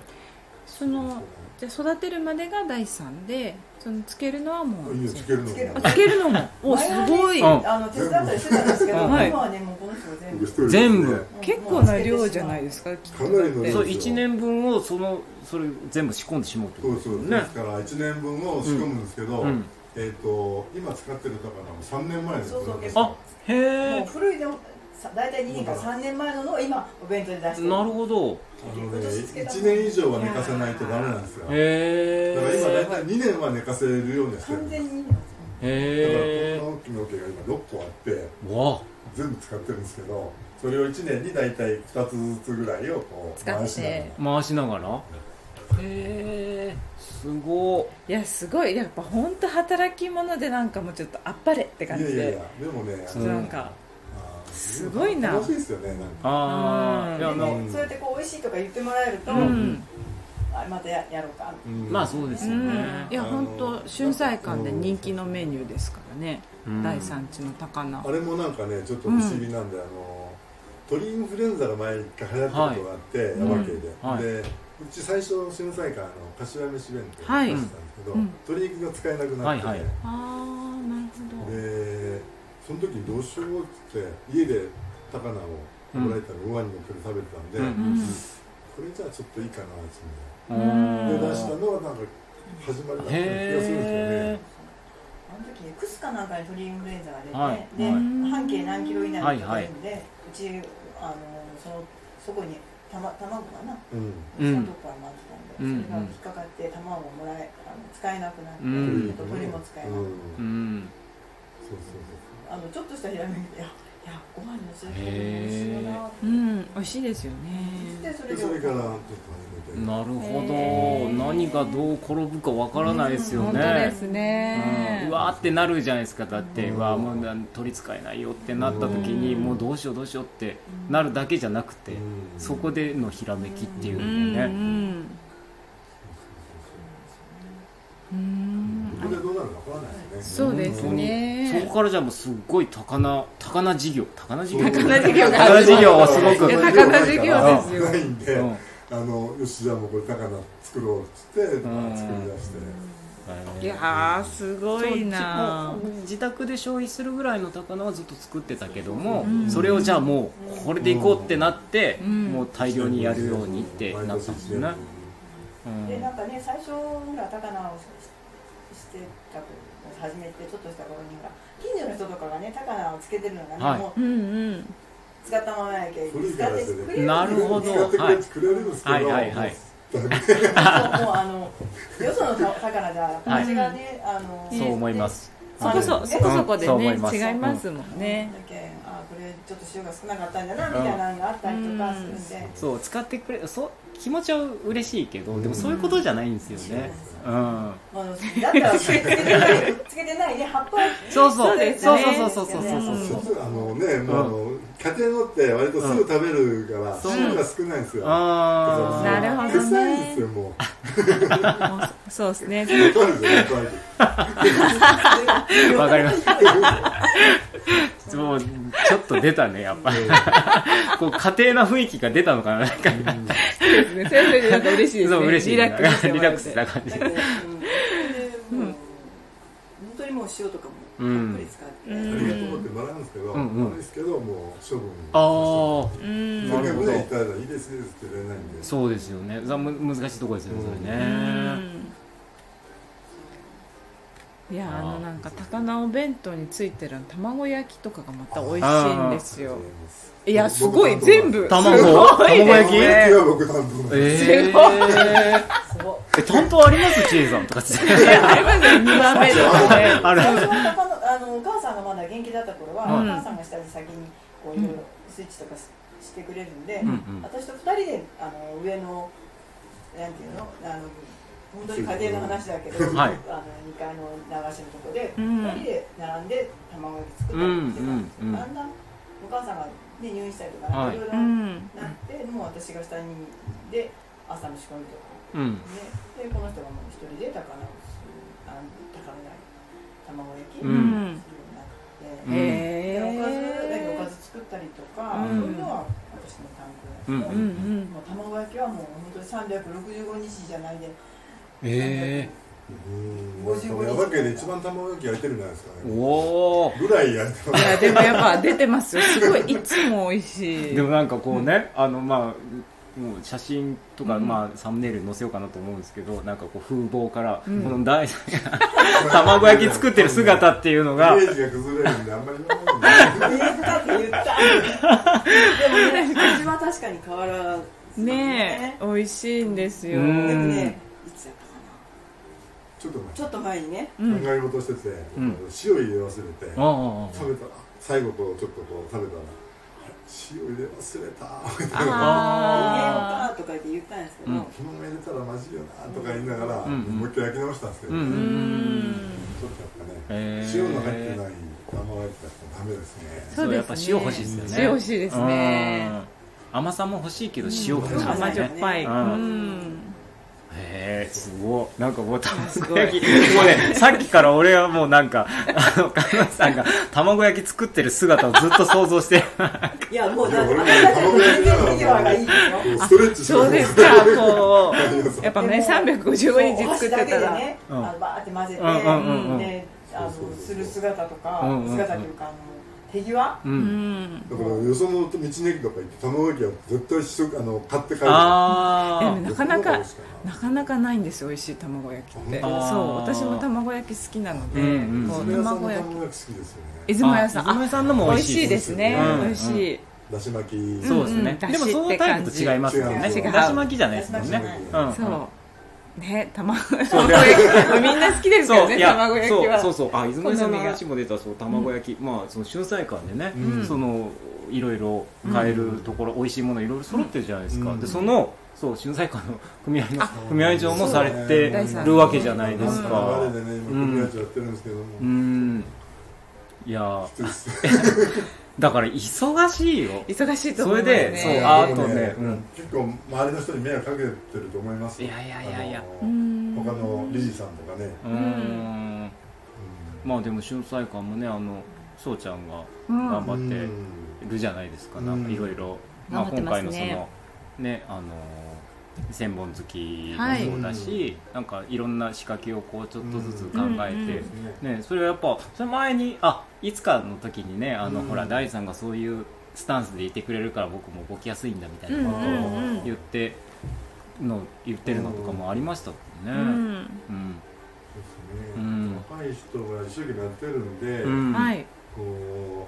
Speaker 2: そのじゃあ育てるまでが第三でそのつけるのはもう
Speaker 3: いいよつけるの
Speaker 4: つける
Speaker 2: あつけるのもお すごい
Speaker 1: 前はね
Speaker 4: あの手伝ったりしてたんですけど、
Speaker 1: うん
Speaker 2: はい
Speaker 4: 今はねもうこの人が
Speaker 3: 僕
Speaker 4: 全部
Speaker 3: 一人で
Speaker 1: 全部
Speaker 2: 結構な量じゃないです
Speaker 4: か
Speaker 2: かきっと
Speaker 3: かなりの
Speaker 1: い
Speaker 3: 量
Speaker 1: そう1年分をそのそれ全部仕込んでしまうってこと
Speaker 3: そう
Speaker 1: です
Speaker 3: そ
Speaker 1: よ
Speaker 3: う、
Speaker 1: ね
Speaker 3: ですから1年分を仕込むんですけど、
Speaker 1: うん
Speaker 3: えっ、と今使ってる高菜も3年前です
Speaker 4: そうそう
Speaker 1: あへ
Speaker 4: もう
Speaker 1: え
Speaker 4: 古いでもさ大体2年から3年前ののを今お弁当で出してる
Speaker 1: なるほど
Speaker 3: あのね1年以上は寝かせないとダメなんですよだから
Speaker 1: へ
Speaker 3: 今
Speaker 1: え
Speaker 3: 大体2年は寝かせるようにはしてるん
Speaker 4: 完
Speaker 3: です
Speaker 4: 全に
Speaker 1: へ
Speaker 3: だからこの大きな桶が今6個あって
Speaker 1: えわ
Speaker 3: 全部使ってるんですけどそれを1年に大体2つずつぐらいをこう
Speaker 2: 使って
Speaker 3: 回しな
Speaker 1: 回しなが
Speaker 3: がら
Speaker 1: らへえすご
Speaker 2: いやすごいやっぱ本当働き者でなんかもうちょっとあっぱれって感じ
Speaker 3: いや
Speaker 2: で
Speaker 3: いやいやでもね
Speaker 2: ちょっとなんか、
Speaker 3: あー
Speaker 2: すごいな
Speaker 3: 楽しいですよねなんか
Speaker 1: ああ
Speaker 2: うん
Speaker 1: いや
Speaker 4: で
Speaker 1: な
Speaker 4: ねそうやってこう美味しいとか言ってもらえると、
Speaker 1: うん
Speaker 4: あまたややろうか
Speaker 3: うん
Speaker 1: まあそうです
Speaker 2: う
Speaker 1: よ
Speaker 2: ん
Speaker 1: ね
Speaker 2: いや
Speaker 3: あの
Speaker 2: 本当春菜館で人気のメニューですからね、
Speaker 1: うん
Speaker 2: 第三地の高菜
Speaker 3: あれもなんかねちょっと不思議なんで、あの鳥インフルエンザが前に一回流行ったことがあって、
Speaker 1: い
Speaker 3: 山系で、
Speaker 1: うんはい
Speaker 3: でうち最初震災からあの柏飯弁当
Speaker 2: は
Speaker 3: を
Speaker 2: い
Speaker 3: 出したんですけど、
Speaker 2: うん
Speaker 3: 鶏肉が使えなくなって、
Speaker 1: はいはい
Speaker 2: ああなるほど
Speaker 3: でその時にどうしようって家で高菜をもらえたらご飯にのっけて食べてたんで、
Speaker 1: うんう
Speaker 2: う
Speaker 1: ん
Speaker 3: これじゃあちょっといいかなって
Speaker 1: う
Speaker 3: 思って
Speaker 1: ん
Speaker 3: で出したのはなんか始まりだった気がするんですよ
Speaker 1: へ
Speaker 3: ね
Speaker 1: え
Speaker 4: あの時ねクスかなんかに鳥インフルエンザが出て、
Speaker 1: はい
Speaker 4: で、
Speaker 1: はい
Speaker 4: 半径何キロ以内
Speaker 1: はい
Speaker 4: に
Speaker 1: はい
Speaker 4: 出るんで、うちあのそのそこにたま卵かな
Speaker 3: うん
Speaker 1: うん
Speaker 4: そういうとこから待ってたん
Speaker 1: う
Speaker 4: で、
Speaker 1: ん
Speaker 4: それが引っかかって卵をもらえあの使えなくなって、
Speaker 1: うん
Speaker 4: あと鳥も使えなくなって、
Speaker 3: うん
Speaker 1: うん
Speaker 3: そうそ
Speaker 4: あのちょっとしたひらめきでいやいやご飯にのせると美味しいよなって
Speaker 2: うん美味しいですよね
Speaker 4: でそう
Speaker 3: そ
Speaker 4: れ
Speaker 3: うで
Speaker 4: で
Speaker 3: それからちょっと始めて
Speaker 1: なるほ
Speaker 2: へ
Speaker 1: ど
Speaker 2: ー
Speaker 1: 何がどう転ぶかわからないですよね
Speaker 2: 本当です
Speaker 1: う
Speaker 2: ね
Speaker 1: んうわーってなるじゃないですかだって、
Speaker 3: う
Speaker 1: うんわーもうなん取り使えないよってなった時に、
Speaker 2: うん
Speaker 1: もうどうしようどうしようってなるだけじゃなくて、
Speaker 3: うん
Speaker 1: そこでのひらめきっていううんの
Speaker 2: う
Speaker 1: もね、
Speaker 2: んうん
Speaker 3: こでどうなるかわからないですね。
Speaker 2: そうですね
Speaker 1: そこからじゃあもうすっごい高菜高菜事業高菜事業
Speaker 3: そう
Speaker 2: 高菜事業が
Speaker 1: 高菜事業はすごく
Speaker 2: いや高菜事業ですよ
Speaker 3: ないんで、
Speaker 1: うん
Speaker 3: あのよしじゃあもうこれ高菜作ろうっつっ
Speaker 1: ん
Speaker 3: て、作り出して。
Speaker 2: いやーすごいな
Speaker 1: そうじもう自宅で消費するぐらいの高菜はずっと作ってたけども、
Speaker 2: うん
Speaker 1: それをじゃあもうこれでいこうってなって、
Speaker 2: うん
Speaker 1: もう大量にやるようにってなったんですよね、うん
Speaker 4: でなんかね最初ほら高菜をししてたと始めてちょっとした頃にほら近所の人とかがね高菜をつけてるのがね、
Speaker 1: はい
Speaker 4: もう
Speaker 2: うんうん
Speaker 4: 使ったままやけ
Speaker 3: 古い
Speaker 4: 使
Speaker 3: か
Speaker 4: っ
Speaker 3: ら
Speaker 4: て
Speaker 3: ですね
Speaker 4: くれるん
Speaker 1: なるほど
Speaker 3: 使ってくれてくれるんですけど、
Speaker 1: はいはいはい
Speaker 4: もうもうあのよその魚じゃ
Speaker 1: はい
Speaker 4: 味がね、あの
Speaker 1: そう思います
Speaker 2: そこそ
Speaker 1: うん
Speaker 2: そこそこで
Speaker 1: そう
Speaker 2: ね
Speaker 1: 思い
Speaker 2: 違
Speaker 1: ます
Speaker 2: いますもん
Speaker 4: だ
Speaker 2: ね
Speaker 4: けあこれちょっと塩が少なかったんだなみたいなのがあったりとかするんで、
Speaker 1: そう使ってくれそう気持ちは嬉しいけどでもそういうことじゃないんですよね、うん
Speaker 4: まあ、だったらつけてないつけてないね葉っぱ
Speaker 1: そうそ
Speaker 2: そう
Speaker 1: う
Speaker 2: です
Speaker 1: そう
Speaker 2: ね
Speaker 1: そうそうそうそうそう
Speaker 3: そう
Speaker 1: そう
Speaker 3: そうあのね、もうあの家庭のって割とすぐ食べるから、
Speaker 1: そう
Speaker 3: 汁が少ないんですよ。
Speaker 1: あ
Speaker 2: な
Speaker 1: ー
Speaker 2: るほどね
Speaker 3: 臭いんですよもう。
Speaker 2: もうそうですね
Speaker 3: 怖いですよね怖いです
Speaker 1: わかりました。もう、ちょっと出たね、やっぱ。こう、家庭な雰囲気が出たのかな、なんか。
Speaker 2: そうですねそれでなんか嬉しいです
Speaker 1: そう、
Speaker 2: ね
Speaker 1: 嬉しい
Speaker 2: リ
Speaker 1: な。
Speaker 2: ラックスして も
Speaker 1: リラッ
Speaker 2: らっ
Speaker 1: クスしてた感じ
Speaker 4: だ。けど、うんでもう本当にもう塩とかもたっぷり使って、
Speaker 2: うん
Speaker 3: ありがとうってもらうんですけど、
Speaker 1: うんうん
Speaker 3: なんですけどもう処分。
Speaker 1: あー、
Speaker 2: うん
Speaker 1: な
Speaker 3: せ
Speaker 1: る
Speaker 3: っ
Speaker 1: ほ
Speaker 3: かく
Speaker 1: ど
Speaker 3: ねいただいたらいいですいいですって言えないんで。
Speaker 1: そうですよね。ざむ難しいとこですよね、それ
Speaker 2: う
Speaker 1: ね。
Speaker 2: んいや
Speaker 1: あー
Speaker 2: あのなんか高菜お弁当についてる卵焼きとかがまた美味しいんですよいやすごい全部
Speaker 1: 卵
Speaker 2: すごい
Speaker 1: 卵
Speaker 2: ですね
Speaker 1: 焼
Speaker 3: きは僕担当なんです。
Speaker 1: えー、
Speaker 4: すごい
Speaker 1: え、担当ありますチェイさんとかって。
Speaker 2: あれまず2番目ですね
Speaker 1: あれ
Speaker 4: 最初は高野あのお母さんがまだ元気だった頃は、
Speaker 1: うん
Speaker 4: お母さんが下で先にこういろいろスイッチとかししてくれるんで、
Speaker 1: うんうん
Speaker 4: 私と二人であの上のなんていうのあの本当に家庭の話だけど、
Speaker 1: はい
Speaker 4: あの二階の流しのとこで
Speaker 2: う
Speaker 4: 二、
Speaker 2: ん
Speaker 4: 人で並んで卵焼き作ったりしてたんです
Speaker 1: う
Speaker 4: よ、
Speaker 1: んうんうん
Speaker 4: だんだんお母さんが、ね、入院したりとか、
Speaker 1: はい
Speaker 4: い、ろいろ
Speaker 2: う
Speaker 4: なっ
Speaker 2: ん
Speaker 4: て、もう私が下にで朝の仕込みとか。
Speaker 1: うん。
Speaker 4: ね、でこの人がもう一人で高菜をするあの高菜じゃない卵焼き
Speaker 1: う
Speaker 4: を
Speaker 1: ん
Speaker 4: するようになっ
Speaker 1: う
Speaker 4: て、
Speaker 1: ん
Speaker 4: でおかずだけ
Speaker 2: へ
Speaker 4: どおか
Speaker 2: え
Speaker 4: ず作ったりとか、
Speaker 2: うん
Speaker 4: そういうのは私の担当や
Speaker 1: う
Speaker 2: うんん
Speaker 4: もう卵焼きはもう本当に365日じゃないで
Speaker 1: え
Speaker 3: うん。やばけで一番卵焼き焼いてるんじゃないですか
Speaker 1: ー、
Speaker 3: ね。
Speaker 1: おー。
Speaker 3: ぐらい焼いてま
Speaker 2: い
Speaker 3: す。
Speaker 2: やでもやっぱ出てますよすごいいつも美味しい
Speaker 1: でもなんかこうね、あの、まあ、もう写真とか、
Speaker 2: うん
Speaker 1: まあ、サムネイルに載せようかなと思うんですけど、なんかこう風貌から、
Speaker 2: うん
Speaker 1: この大卵焼き作ってる姿っていうの
Speaker 3: イ
Speaker 1: が、
Speaker 3: メージが崩れるんであんまり言わな いんで。
Speaker 4: 言ったって言ったでもね味は確かに変わらず
Speaker 2: ねえ美味しいんですよ
Speaker 1: う
Speaker 4: で
Speaker 1: ん
Speaker 4: もねいつやったかな
Speaker 3: ちょっと待
Speaker 4: ちょっと前にね
Speaker 2: う
Speaker 3: って
Speaker 2: ん
Speaker 3: 考え事してて、
Speaker 1: ん
Speaker 3: 塩入れ忘れて、
Speaker 1: ああ
Speaker 3: 食べたら最後こうちょっとこう食べたらあれ塩入れ忘れたみたいな
Speaker 2: あ
Speaker 4: あとか言って言ったんですけど、
Speaker 1: うん
Speaker 3: 昨日入れたらまずいよなとか言いながら、
Speaker 1: うん
Speaker 3: もう一回焼き直したんですけど、
Speaker 1: うんう
Speaker 2: ーうん
Speaker 3: ち
Speaker 2: ん
Speaker 3: ょっとやっぱね、
Speaker 1: へー
Speaker 3: 塩の入ってない卵焼きだとダメですね
Speaker 1: そうやっぱ塩欲しいですよね
Speaker 2: 塩欲しいですね
Speaker 1: うん甘さも欲しいけど塩が欲しい
Speaker 4: うん
Speaker 1: で
Speaker 2: 甘
Speaker 1: す
Speaker 2: じょっ
Speaker 1: ね
Speaker 2: ぱい
Speaker 1: うん
Speaker 2: うん
Speaker 1: へえすごいなんかもう卵
Speaker 2: ごい
Speaker 1: 焼きもうねさっきから俺はもうなんかあの神田さんが卵焼き作ってる姿をずっと想像して
Speaker 4: いやもう
Speaker 3: いや
Speaker 4: だって
Speaker 3: 俺も
Speaker 4: 私
Speaker 3: ね
Speaker 4: たち
Speaker 3: 卵
Speaker 4: の
Speaker 3: 焼きだ
Speaker 4: 全然
Speaker 3: か
Speaker 4: 手際がいいよ
Speaker 3: らもうストレッチして
Speaker 2: そうですかこうやっぱね
Speaker 4: そう
Speaker 2: 365
Speaker 4: お
Speaker 2: 日作
Speaker 4: 箸
Speaker 2: っ
Speaker 4: だ
Speaker 2: て
Speaker 4: け
Speaker 2: た
Speaker 4: で
Speaker 2: ら
Speaker 4: ね、
Speaker 1: うん
Speaker 4: あのバーって混ぜて、
Speaker 1: うんうんうん
Speaker 4: であの
Speaker 3: そうそうそう
Speaker 4: する姿とか、
Speaker 1: うんうんうん
Speaker 4: 姿というかあの手際
Speaker 1: う
Speaker 2: うんん
Speaker 3: だからよその道の駅とか行って卵焼きは絶対試食あの買って帰る
Speaker 1: あ
Speaker 2: でも
Speaker 1: ー
Speaker 2: なかな
Speaker 3: そ
Speaker 2: か
Speaker 3: うです
Speaker 2: なかなかないんですよ美味しい卵焼きって
Speaker 3: あ
Speaker 2: そう
Speaker 1: ー
Speaker 2: 私も卵焼き好きなので、
Speaker 1: うんうん
Speaker 2: こう
Speaker 3: 娘さん
Speaker 2: 卵
Speaker 3: の卵
Speaker 2: 焼
Speaker 3: 焼き好きですよ
Speaker 2: き出
Speaker 3: ね
Speaker 2: 雲屋さ
Speaker 1: あ出
Speaker 2: ん
Speaker 1: 雲屋
Speaker 2: あ
Speaker 1: さんのも
Speaker 2: 美
Speaker 1: 美
Speaker 2: 味
Speaker 1: 味
Speaker 2: し
Speaker 1: しい
Speaker 2: いですね
Speaker 1: うん
Speaker 2: 美味しい
Speaker 3: だし巻き、
Speaker 1: そうですね
Speaker 2: うん
Speaker 1: でもそのタイプと違いますよね
Speaker 3: 違う違う
Speaker 1: だし巻きじゃないですもんね
Speaker 3: うん
Speaker 2: そうね卵 卵焼きみんな好きですよね
Speaker 1: いや
Speaker 2: 卵焼きは
Speaker 1: そうそうそうあ泉さんの
Speaker 2: 好みが
Speaker 1: 話も出たそう卵焼き、まあその春菜館でね、
Speaker 3: うん
Speaker 1: そのいろいろ買えるところ、美味しいものいろいろ揃ってるじゃないですか、
Speaker 3: うん
Speaker 1: でそのそう春菜館の組合の
Speaker 2: あ
Speaker 1: 組合長もされてるわけじゃないですか
Speaker 3: 流れでね今組合長やってるんですけども、
Speaker 1: うん、いやー
Speaker 3: そうです
Speaker 1: だから忙しいよ
Speaker 2: 忙しいと思いま
Speaker 1: そ
Speaker 2: す
Speaker 1: れ
Speaker 2: ね
Speaker 1: でそう
Speaker 3: いや
Speaker 1: あー
Speaker 3: でも
Speaker 1: とねうん
Speaker 3: 結構周りの人に迷惑かけてると思いますよ
Speaker 1: いやいやいやいや
Speaker 3: あの
Speaker 2: うん
Speaker 3: 他の理事さんとかね
Speaker 1: うー
Speaker 2: ん
Speaker 1: んまあでも春菜館もねあのそうちゃんが
Speaker 2: うん
Speaker 1: 頑張っ
Speaker 3: う
Speaker 1: て
Speaker 3: ん
Speaker 1: るじゃないですか、
Speaker 3: うん
Speaker 1: なんかいろいろ、まあ、
Speaker 2: 頑張って
Speaker 1: 今
Speaker 2: ま
Speaker 1: 回
Speaker 2: す
Speaker 1: の
Speaker 2: ね
Speaker 1: そのねあの千本好きもそうだし、
Speaker 3: はい
Speaker 1: なんかいろんな仕掛けをこうちょっとずつ考え
Speaker 2: うんうん
Speaker 1: て
Speaker 2: う、
Speaker 1: ね、それはやっぱそれ前にあいつかの時にねあの、
Speaker 3: うん
Speaker 1: ほら大地さんがそういうスタンスでいてくれるから僕も動きやすいんだみたいな
Speaker 2: うん
Speaker 1: こ
Speaker 2: うん
Speaker 1: とを言っての言ってるのとかもありましたも
Speaker 2: う
Speaker 1: ね。
Speaker 2: んん
Speaker 1: うん
Speaker 3: ですね、
Speaker 1: うん
Speaker 3: 若い人が一生懸命やってるんで、
Speaker 1: うん
Speaker 2: はい
Speaker 3: こうなんだろ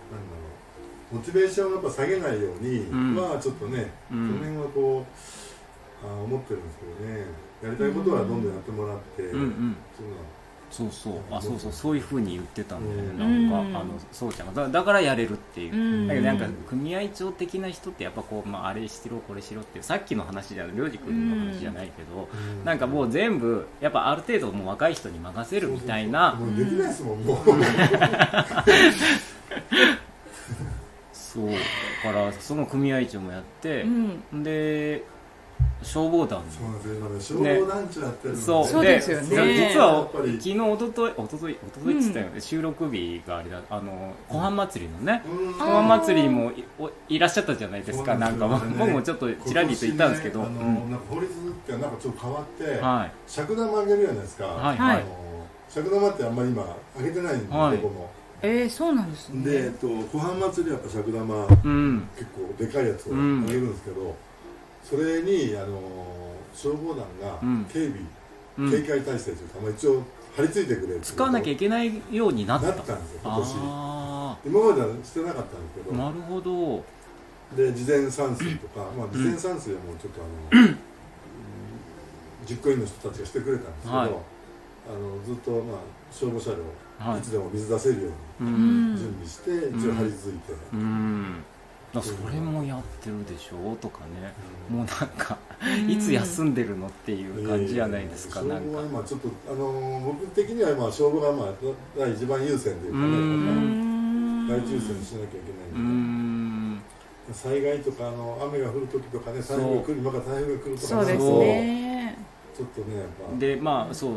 Speaker 3: うモチベーションをやっぱ下げないように、
Speaker 1: ん
Speaker 3: まあちょっとね、
Speaker 1: う
Speaker 3: その
Speaker 1: ん
Speaker 3: 辺はこうあー思ってるんですけどねやりたいことはどんどんやってもらって、
Speaker 1: うんうん
Speaker 3: そういうのは
Speaker 1: そうそうあそうそうそういうふうに言ってたんだよね、
Speaker 2: うん
Speaker 1: なんかあのそうちゃんがだだからやれるっていう、
Speaker 2: うん
Speaker 1: だけどなんか組合長的な人ってやっぱこう、まあ、あれしろこれしろっていうさっきの話じゃないりょうじくんの話じゃないけど、なんかもう全部やっぱある程度もう若い人に任せるみたいな
Speaker 3: そうそうそうもうできないですもん、もう
Speaker 1: そうだからその組合長もやって
Speaker 2: う、ん
Speaker 1: で消防団
Speaker 3: そうなんですよ今ね消防団長やってるの
Speaker 1: そう
Speaker 2: そうですよね
Speaker 1: で実は
Speaker 3: やっぱり
Speaker 1: 昨日一昨日一昨日一昨日って言ったよね、収録日があれだあの湖畔祭りのね、
Speaker 3: うん
Speaker 2: あ
Speaker 1: 湖
Speaker 2: ー
Speaker 1: 畔祭りにもいおいらっしゃったじゃないですか
Speaker 3: そう
Speaker 1: な
Speaker 3: なんん
Speaker 1: か
Speaker 3: ですよね
Speaker 1: 僕もちょっとちらりと言ったんですけど、
Speaker 3: 今年ねあのなんか法律ってなんかちょっと変わって、
Speaker 1: うんはい
Speaker 3: 尺玉あげるじゃないですか、
Speaker 1: はい
Speaker 2: は
Speaker 1: はいい、
Speaker 3: あの尺玉ってあんまり今あげてないんで、
Speaker 1: はい
Speaker 3: どこも
Speaker 2: えー、そうなんです
Speaker 3: で、え
Speaker 2: ね
Speaker 3: っと、湖畔祭りはやっぱ尺玉
Speaker 1: うん
Speaker 3: 結構でかいやつをあげるんですけど、それにあの消防団が
Speaker 1: うん
Speaker 3: 警備、
Speaker 1: うん
Speaker 3: 警戒態勢というか、まあ、一応張り付いてくれる
Speaker 1: 使わなきゃ
Speaker 3: ゃ
Speaker 1: いけないようにな
Speaker 3: な
Speaker 1: っ
Speaker 3: ったたんですよ今年
Speaker 1: あ
Speaker 3: 今まではしてなかったんですけ
Speaker 1: あ
Speaker 3: ど、
Speaker 1: なるほど
Speaker 3: で事前算数とか、まあ、事前算数はもうちょっとあ の、実行委員の人たちがしてくれたんですけど、
Speaker 1: はい
Speaker 3: あのずっと、まあ、消防車両、
Speaker 1: はい
Speaker 3: い、つでも水出せるよ
Speaker 1: う
Speaker 2: うん
Speaker 3: うに
Speaker 2: ん
Speaker 3: 準備して、一応張り付いて、
Speaker 1: うんだからそれもやってるでしょとかね
Speaker 3: うん
Speaker 1: もうなんかいつ休んでるのっていう感じじゃないですか、
Speaker 3: ええ
Speaker 1: なん
Speaker 3: 消防
Speaker 1: か
Speaker 3: は今ちょっと、あのー僕的には今消防がまあ第一番優先というかね
Speaker 1: うん
Speaker 3: やっ
Speaker 2: ん
Speaker 3: ぱり第一優先にしなきゃいけ
Speaker 1: う
Speaker 3: ない
Speaker 1: ー
Speaker 3: んで、
Speaker 1: ん
Speaker 3: 災害とかあの雨が降る時とかね台風が来る今から台風が来るとか
Speaker 2: そう
Speaker 3: な
Speaker 2: で
Speaker 3: る
Speaker 2: す
Speaker 3: と
Speaker 2: ね
Speaker 3: ちょっとねやっぱ
Speaker 1: でまあそう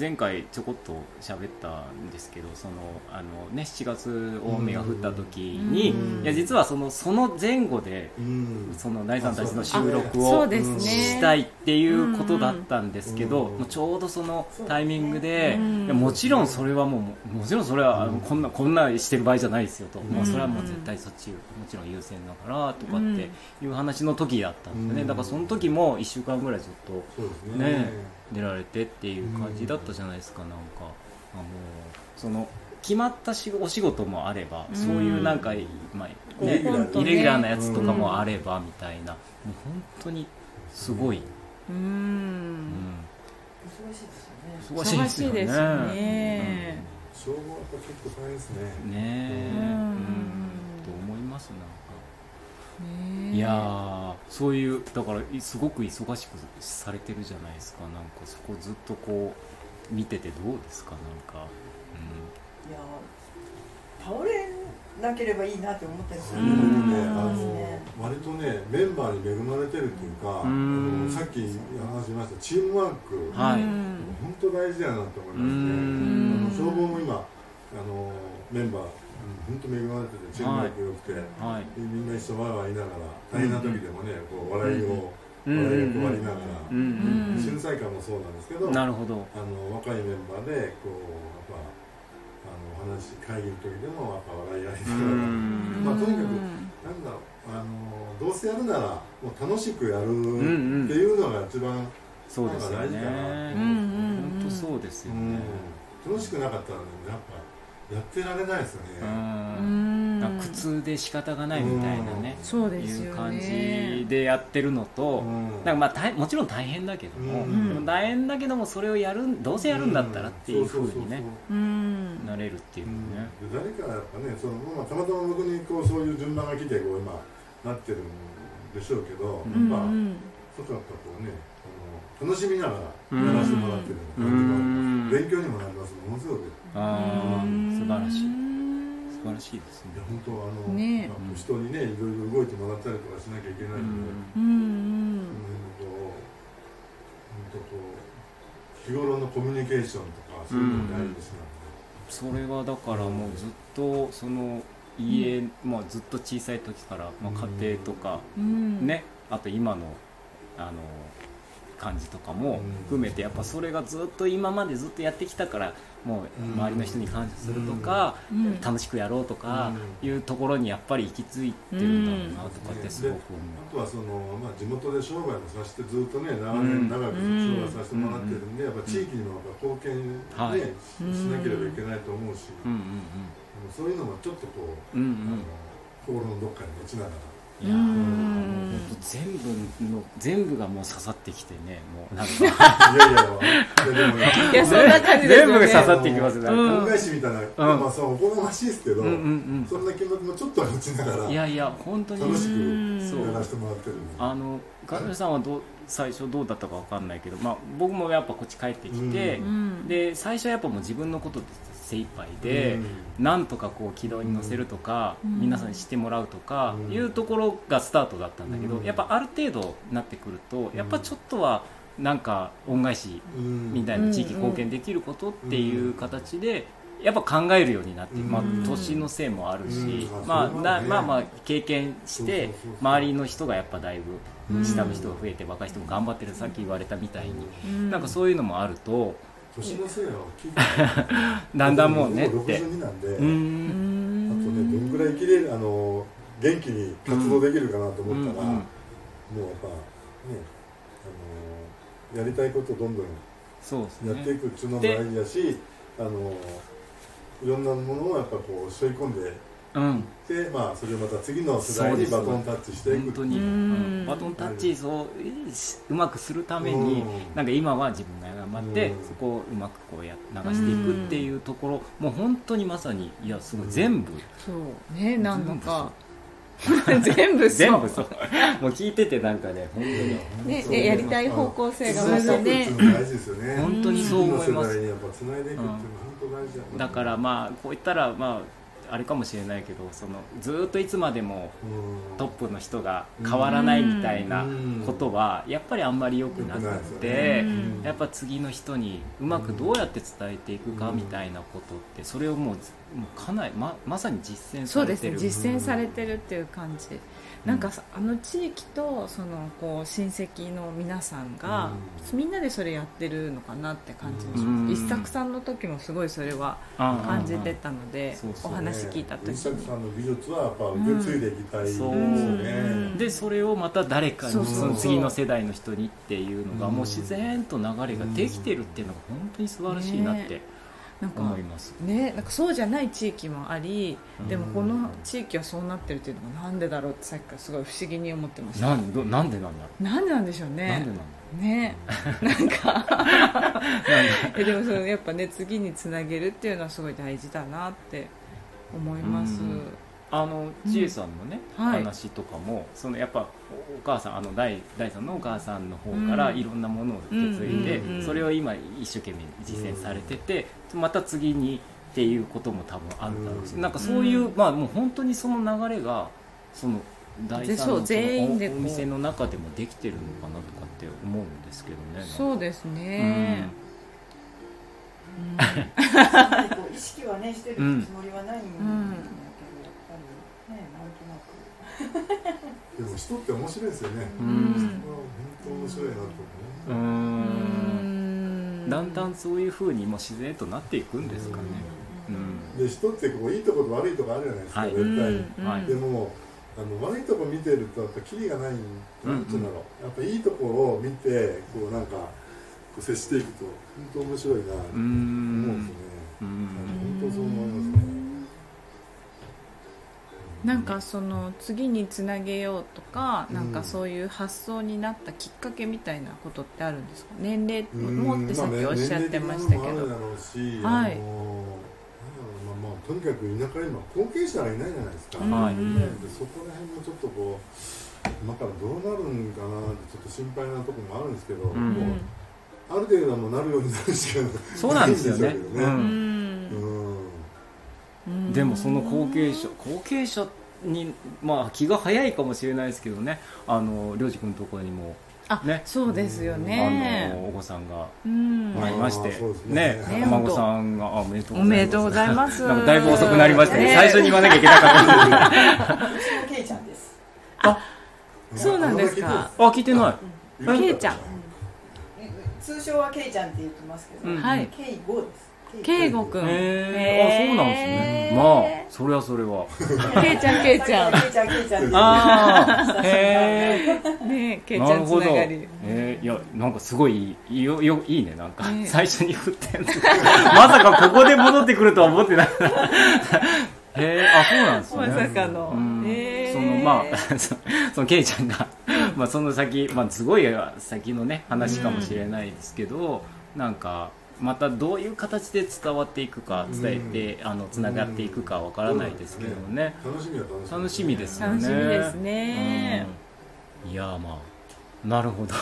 Speaker 1: 前回ちょこっと喋ったんですけどそのあの、ね、7月大雨が降った時に
Speaker 3: うん
Speaker 1: いや実はそのその前後で
Speaker 3: うん
Speaker 1: その大さんたちの
Speaker 3: あ
Speaker 1: 収
Speaker 3: そう
Speaker 1: 録
Speaker 2: そ
Speaker 1: を
Speaker 2: うですね
Speaker 1: したいっていうことだったんですけど、
Speaker 3: うん
Speaker 1: もうちょうどそのタイミングで、
Speaker 2: うん
Speaker 1: いやもちろんそれはもうもちろんそれはあのこんなこんなしてる場合じゃないですよと、
Speaker 3: ん
Speaker 1: まあ、それはもう絶対そっちもちろん優先だからとかっていう話の時だったんですよね、
Speaker 3: うん
Speaker 1: だからその時も1週間ぐらいずっと
Speaker 3: そうですね
Speaker 1: ね出られてっていう感じだったじゃないですか、なんかあのその決まったしお仕事もあれば、
Speaker 2: うん
Speaker 1: そういうなんか、まあね、
Speaker 3: イレギュラーな
Speaker 1: イレギュラーなやつとかもあればみたいな、もう本当にすごい、
Speaker 2: う
Speaker 1: うんん、
Speaker 4: 忙しいですよね
Speaker 1: 忙しいですよね。
Speaker 2: 忙しいですね
Speaker 3: 消防はやっぱ結構大変ですね
Speaker 1: うんねえ、うんん
Speaker 2: う
Speaker 3: う
Speaker 2: ん
Speaker 1: と思いますなんか。
Speaker 2: ねえ
Speaker 1: いやーそういうだからいすごく忙しくされてるじゃないですかなんかそこずっとこう見ててどうですかなんか、
Speaker 4: いや倒れなければいいなって思ったりす
Speaker 3: そ
Speaker 4: る
Speaker 3: れ
Speaker 1: う
Speaker 3: で
Speaker 1: ん
Speaker 3: もね
Speaker 4: う
Speaker 3: あ
Speaker 4: ん
Speaker 3: の割とねメンバーに恵まれてるっていうかあ
Speaker 1: うん
Speaker 3: のさっき話しましたチームワーク、
Speaker 1: うん、はい、
Speaker 2: うん
Speaker 3: 本当大事だなと思いま
Speaker 1: う
Speaker 3: すね
Speaker 2: ん
Speaker 3: あの消防も今あのメンバーうん本当恵まれててチームワーク良くて、
Speaker 1: はい
Speaker 3: みんな一緒わーわー言いながら大変な時でもねこう笑いを、
Speaker 1: うん
Speaker 3: 笑いを配りながら、
Speaker 1: うんうん
Speaker 3: 震災館もそうなんですけ
Speaker 1: う
Speaker 3: ど
Speaker 1: ん、なるほど
Speaker 3: あの若いメンバーでこうやっぱあのお話会議の時でもやっぱ笑い合いながら、
Speaker 1: うん
Speaker 3: まあとにか
Speaker 2: う
Speaker 3: く
Speaker 2: ん
Speaker 3: なんだろうあのどうせやるならもう楽しくやるって
Speaker 1: うんうん
Speaker 3: いうのが一番、
Speaker 1: そうですよね
Speaker 3: なんか大事だな
Speaker 2: うんうん
Speaker 1: 本当そうですよね
Speaker 3: 楽しくなかったらねやっぱやってられないですよね、
Speaker 1: う
Speaker 2: うんん
Speaker 1: なんか苦痛で仕方がないみたいなね
Speaker 2: そうです
Speaker 1: い
Speaker 2: よ
Speaker 1: う
Speaker 2: ね
Speaker 1: 感じでやってるのと
Speaker 3: うん
Speaker 1: なんかまあ大もちろん大変だけども
Speaker 3: うん
Speaker 1: でも大変だけどもそれをやるんどうせやるんだったらっていうふうにね
Speaker 2: うん
Speaker 1: なれるっていう
Speaker 3: う
Speaker 1: の
Speaker 3: ん
Speaker 1: ね
Speaker 3: で誰かやっぱねその、まあ、たまたま僕にこうそういう順番が来てこう今なってるんでしょうけど、
Speaker 1: うん
Speaker 3: やっぱ
Speaker 2: うん
Speaker 3: そうかやっぱこうねあの楽しみながらやらせてもらってるような感じがある勉強にもなりますものすごくい
Speaker 1: あー素晴らしい素晴らしいですね
Speaker 3: や本当あの、
Speaker 2: ねえ
Speaker 3: まあ人にねいろいろ動いてもらったりとかしなきゃいけないので、
Speaker 2: う
Speaker 3: うん、こう、本
Speaker 2: ん当
Speaker 3: 当こう、日頃のコミュニケーションとか、そういうのも大事ですね。
Speaker 1: それはだからもうずっとその家、まあ、ずっと小さい時から、まあ、家庭とか
Speaker 2: うん、
Speaker 1: ね、あと今のあの感じとかも含めてやっぱそれがずっと今までずっとやってきたからもう周りの人に感謝するとか、
Speaker 2: うん
Speaker 1: 楽しくやろうとかいうところにやっぱり行き着いてるんだろうなとかってすごく思
Speaker 3: あとはその、まあ、地元で商売もさせてずっとね長
Speaker 1: うん
Speaker 3: 年長く商売させてもらってるんで、やっぱ地域にもやっぱ貢献、ね
Speaker 1: はい
Speaker 2: うん
Speaker 3: しなければいけないと思うし、
Speaker 1: う。うん
Speaker 3: そういうのもちょっとこう、
Speaker 1: うんうんうん
Speaker 3: あの心のどっかに持ちながら。
Speaker 1: うんいやー
Speaker 2: うん
Speaker 1: もうほんと全部の全部がもう刺さってきてねもうなんか
Speaker 3: いやいや、いやでもね、
Speaker 2: い やそんな感じですよね
Speaker 1: 全部が刺さってきますね、
Speaker 2: う
Speaker 1: うん
Speaker 2: ん
Speaker 3: 恩返しみたいな、まあそうおこがましいですけど、
Speaker 1: うんうん
Speaker 3: そんな気持ちもちょっとは持ちながら
Speaker 1: い
Speaker 3: や
Speaker 1: やいや本当に
Speaker 3: 楽しく
Speaker 1: そう
Speaker 3: らせてもらってるんで。
Speaker 1: あのガルさんはどう最初どうだったかわかんないけど、まあ、僕もやっぱこっち帰ってきて、
Speaker 3: う
Speaker 2: うん
Speaker 1: で最初はやっぱもう自分のことで精一杯で、なんとかこう軌道に乗せるとか、
Speaker 2: うん
Speaker 1: 皆さんにしてもらうとか
Speaker 3: うん
Speaker 1: いうところがスタートだったんだけど、
Speaker 3: うん
Speaker 1: やっぱある程度なってくると
Speaker 3: ん
Speaker 1: やっぱちょっとはなんか恩返し
Speaker 3: うん、
Speaker 1: みたいな地域貢献できることっていう形でやっぱ考えるようになって、まあ
Speaker 2: うん、
Speaker 1: 年のせいもあるし、
Speaker 3: うん
Speaker 1: まあ
Speaker 3: そう
Speaker 1: な
Speaker 3: ね
Speaker 1: まあまあ経験して
Speaker 3: そうそうそうそう
Speaker 1: 周りの人がやっぱだいぶ
Speaker 2: うん
Speaker 1: 下の人が増えて若い人も頑張ってるさっき言われたみたいに、
Speaker 2: うん
Speaker 1: なんかそういうのもあると
Speaker 3: 年のせいは大きい。
Speaker 1: だんだんもうねっ
Speaker 3: 僕
Speaker 1: て。
Speaker 3: 62なんで、
Speaker 1: う
Speaker 3: あ
Speaker 2: うん
Speaker 3: と
Speaker 2: ん
Speaker 3: ね、どんぐらい生きれる、あの、元気に活動できるかなと思ったら、
Speaker 1: うんうん
Speaker 3: もうやっぱ、ね、あの、やりたいことどんどん
Speaker 1: そうです
Speaker 3: や
Speaker 1: ね
Speaker 3: っていくっていうのも大事だし、あの、いろんなものをやっぱこう、背負い込んで、
Speaker 1: うん
Speaker 3: で、まあ、それをまた次の世代にバトンタッチしていくってい
Speaker 1: 本
Speaker 3: う
Speaker 1: 当に、
Speaker 2: うん
Speaker 1: うんバトンタッチをえーしうまくするために、
Speaker 3: うん
Speaker 1: なんか今は自分が頑張って、
Speaker 3: うん
Speaker 1: そこをうまくこうや流していくっていうところ、もう本当にまさにいやすごい全部、
Speaker 2: そうねなんだか全部そう
Speaker 1: 全部そう もう聞いててなんかね本当に
Speaker 2: ね
Speaker 3: そう
Speaker 2: ややりたい方向性が
Speaker 3: そう
Speaker 2: ま
Speaker 3: そ
Speaker 2: ずね
Speaker 3: うそういうの大事ですよね。
Speaker 1: 本当にそう思います
Speaker 3: 次の世代にやっぱ繋いでいくっていうのは本当大事だな
Speaker 1: だからまあこう言ったらまああれかもしれないけどそのずーっといつまでも
Speaker 3: うん
Speaker 1: トップの人が変わらないみたいなことはやっぱりあんまり良くなく
Speaker 3: 良くないですよ
Speaker 1: て、
Speaker 3: ね
Speaker 2: うん
Speaker 1: やっぱ次の人にうまくどうやって伝えていくかみたいなことってそれをもうずもうかなりままさに実践
Speaker 2: そ
Speaker 1: さ
Speaker 2: う
Speaker 1: れ
Speaker 2: です
Speaker 1: て
Speaker 2: ね
Speaker 1: る
Speaker 2: 実践されてるっていう感じ、なんかさあの地域とそのこう親戚の皆さんが、みんなでそれやってるのかなって感じもし
Speaker 1: うん
Speaker 2: ます、一作さんの時もすごいそれは感じてたので、
Speaker 1: うんうんうんそうそう
Speaker 2: お話聞いた時
Speaker 3: 西崎
Speaker 2: に
Speaker 3: さんの技術はやっぱ受け継いでいきたいですよ
Speaker 1: うん
Speaker 2: そう
Speaker 3: ね。
Speaker 1: でそれをまた誰かに
Speaker 2: そう
Speaker 3: そうそう
Speaker 1: その次の世代の人にっていうのが
Speaker 3: うん
Speaker 1: もう自然と流れができてるっていうのが本当に素晴らしいなって
Speaker 2: ねなん
Speaker 1: 思
Speaker 2: か
Speaker 1: います、
Speaker 2: ね、なんかそうじゃない地域もあり、
Speaker 1: うん
Speaker 2: でもこの地域はそうなってるっていうのがなんでだろうってさっきからすごい不思議に思ってました
Speaker 1: なんどなんでなんだろ
Speaker 2: なんでなんでしょう
Speaker 1: う、なんで
Speaker 2: ね
Speaker 1: なんだろ
Speaker 2: ねなんかえでもそのやっぱね次につなげるっていうのはすごい大事だなって思います、
Speaker 1: うんうあの千恵さんのね、
Speaker 2: うんはい
Speaker 1: 話とかもそのやっぱおお母さんあの大大さんのお母さんの方から
Speaker 2: うん
Speaker 1: いろんなものを受け継いで、
Speaker 2: うんうんうん
Speaker 1: それを今一生懸命実践されてて、また次にっていうことも多分あるだろうし、
Speaker 3: うん
Speaker 1: なんかそういう、
Speaker 2: うん
Speaker 1: まあもう本当にその流れがその大さん
Speaker 2: そ
Speaker 1: の
Speaker 2: う
Speaker 1: そ
Speaker 2: 全員で
Speaker 1: の
Speaker 2: こ
Speaker 1: お
Speaker 2: う
Speaker 1: お店の中でもできてるのかなとかって思うんですけどね。
Speaker 2: そうですね、うん
Speaker 4: こう意識はねしてるつもりはないんだけど、
Speaker 2: うん
Speaker 4: やっぱりねなんとなく
Speaker 3: でも人って面白いですよね。
Speaker 1: う
Speaker 3: まあ
Speaker 1: ん
Speaker 3: 本当面白いなと思う
Speaker 1: う
Speaker 3: ね。
Speaker 2: うんん
Speaker 1: だんだんそういうふうにもう自然となっていくんですかね。
Speaker 4: う
Speaker 1: うんん
Speaker 3: で人ってこういいとこと悪いとこあるじゃないですか。
Speaker 1: はい
Speaker 3: 絶対に。
Speaker 1: はいう
Speaker 3: でもあの悪いとこ見てるとやっぱキリがないんなんていうんだろう。やっぱいいとこを見てこうなんかこう接していくと本当面白いなと
Speaker 1: う
Speaker 3: 思うんです
Speaker 1: ん
Speaker 3: よね。
Speaker 1: うん
Speaker 3: 本当そう思いますね
Speaker 2: なんかその次につなげようとか、
Speaker 3: うん
Speaker 2: なんかそういう発想になったきっかけみたいなことってあるんですか年齢もってさっきおっしゃってましたけど、
Speaker 3: まあね年齢的なのもあるだろう
Speaker 2: はい
Speaker 3: し、あのなんだろうなまあまあとにかく田舎に今後継者がいないじゃないですか、
Speaker 2: うん
Speaker 3: ね
Speaker 1: まあね
Speaker 2: うん
Speaker 3: でそこら辺もちょっとこう今からどうなるんかなってちょっと心配なところもあるんですけど、
Speaker 1: ん
Speaker 2: うん
Speaker 3: もうある程度はもうなるようになるしかない
Speaker 1: そうなんですよね
Speaker 3: いいんで
Speaker 1: う
Speaker 2: う
Speaker 3: しょうけどね
Speaker 1: ん
Speaker 2: ん
Speaker 3: うん
Speaker 2: うん
Speaker 1: でもその後継者後継者にまあ気が早いかもしれないですけどねあの良二君のところにも
Speaker 2: あ、
Speaker 1: ね
Speaker 2: そうですよ
Speaker 1: あの
Speaker 2: ね。
Speaker 1: お子さんが
Speaker 2: うん
Speaker 1: も。らいまして
Speaker 3: あーそうですね
Speaker 1: ね
Speaker 2: ね
Speaker 1: お孫さんがあおめでとう
Speaker 2: おめでとうございます す。
Speaker 1: なんかだいぶ遅くなりましたね
Speaker 2: ね
Speaker 1: 最初に言わなきゃいけなかったで
Speaker 4: 私もケイちゃんです。
Speaker 2: そうなんですか
Speaker 1: すあ聞いてない
Speaker 2: はいケイちゃん
Speaker 4: 通称はケイちゃんって言ってますけど、
Speaker 1: うん
Speaker 2: はい
Speaker 4: ケイゴです。
Speaker 2: ケイゴくん。
Speaker 1: へえあそうなんですねまあそれはそれ は
Speaker 2: あ。ケイちゃん、ケイちゃん
Speaker 4: ケ。イちゃん、ケイちゃんって。
Speaker 1: ああへえ
Speaker 2: ねえ、ケイち
Speaker 1: な
Speaker 2: ゃ
Speaker 1: る
Speaker 2: んつ
Speaker 1: ほど
Speaker 2: ながり。
Speaker 1: えーいやなんかすごいよよいいねなんか、
Speaker 2: ね
Speaker 1: 最初に振ったやつ まさかここで戻ってくるとは思ってなかったへえあそうなんですね
Speaker 2: まさかの
Speaker 1: うん。
Speaker 2: へえ
Speaker 1: そのまあ そそのケイちゃんがまあその先、まあ、すごい先のね話かもしれないですけど、なんかまたどういう形で伝わっていくか伝えて、あのつながっていくかわからないですけどね、
Speaker 3: 楽しみは楽しみ
Speaker 1: 楽しみですよね
Speaker 2: 楽しみですね。
Speaker 1: うんいやーまあなるほど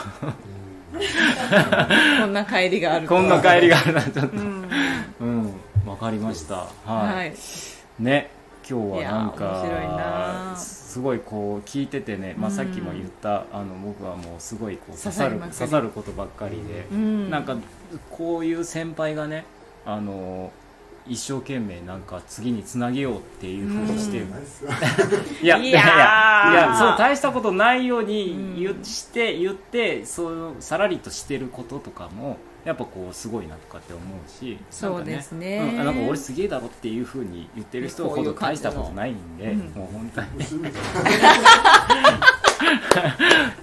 Speaker 2: こんな帰りがあるとは。
Speaker 1: こんな帰りがあるなちょっと
Speaker 2: うん。
Speaker 1: うんわかりましたはい、
Speaker 2: はい。
Speaker 1: ね今日はなん
Speaker 2: いや面白い
Speaker 1: か
Speaker 2: な
Speaker 1: すごいこう聞いててね、まあ、
Speaker 2: うん
Speaker 1: さっきも言った、あの僕はもうすごいこう刺さる
Speaker 2: 刺さりまく
Speaker 1: 刺
Speaker 2: り
Speaker 1: さることばっかりで
Speaker 2: う、ん。
Speaker 1: なんかこういう先輩がねあの一生懸命なんか次につなげようっていうふうにして、
Speaker 2: うん
Speaker 3: ないっすよ
Speaker 1: いや
Speaker 2: い
Speaker 1: い
Speaker 2: や
Speaker 1: や
Speaker 2: ー
Speaker 1: いやそう大したことないように言,、
Speaker 2: うん
Speaker 1: して言ってそうさらりとしてることとかもやっぱこうすごいなとかって思うし
Speaker 2: そうです
Speaker 1: なんか
Speaker 2: ね
Speaker 1: うんあなんか俺すげえだろっていうふうに言ってる人ほど大したことないんで
Speaker 2: こういう感じ
Speaker 1: もう本当に
Speaker 3: 趣味だ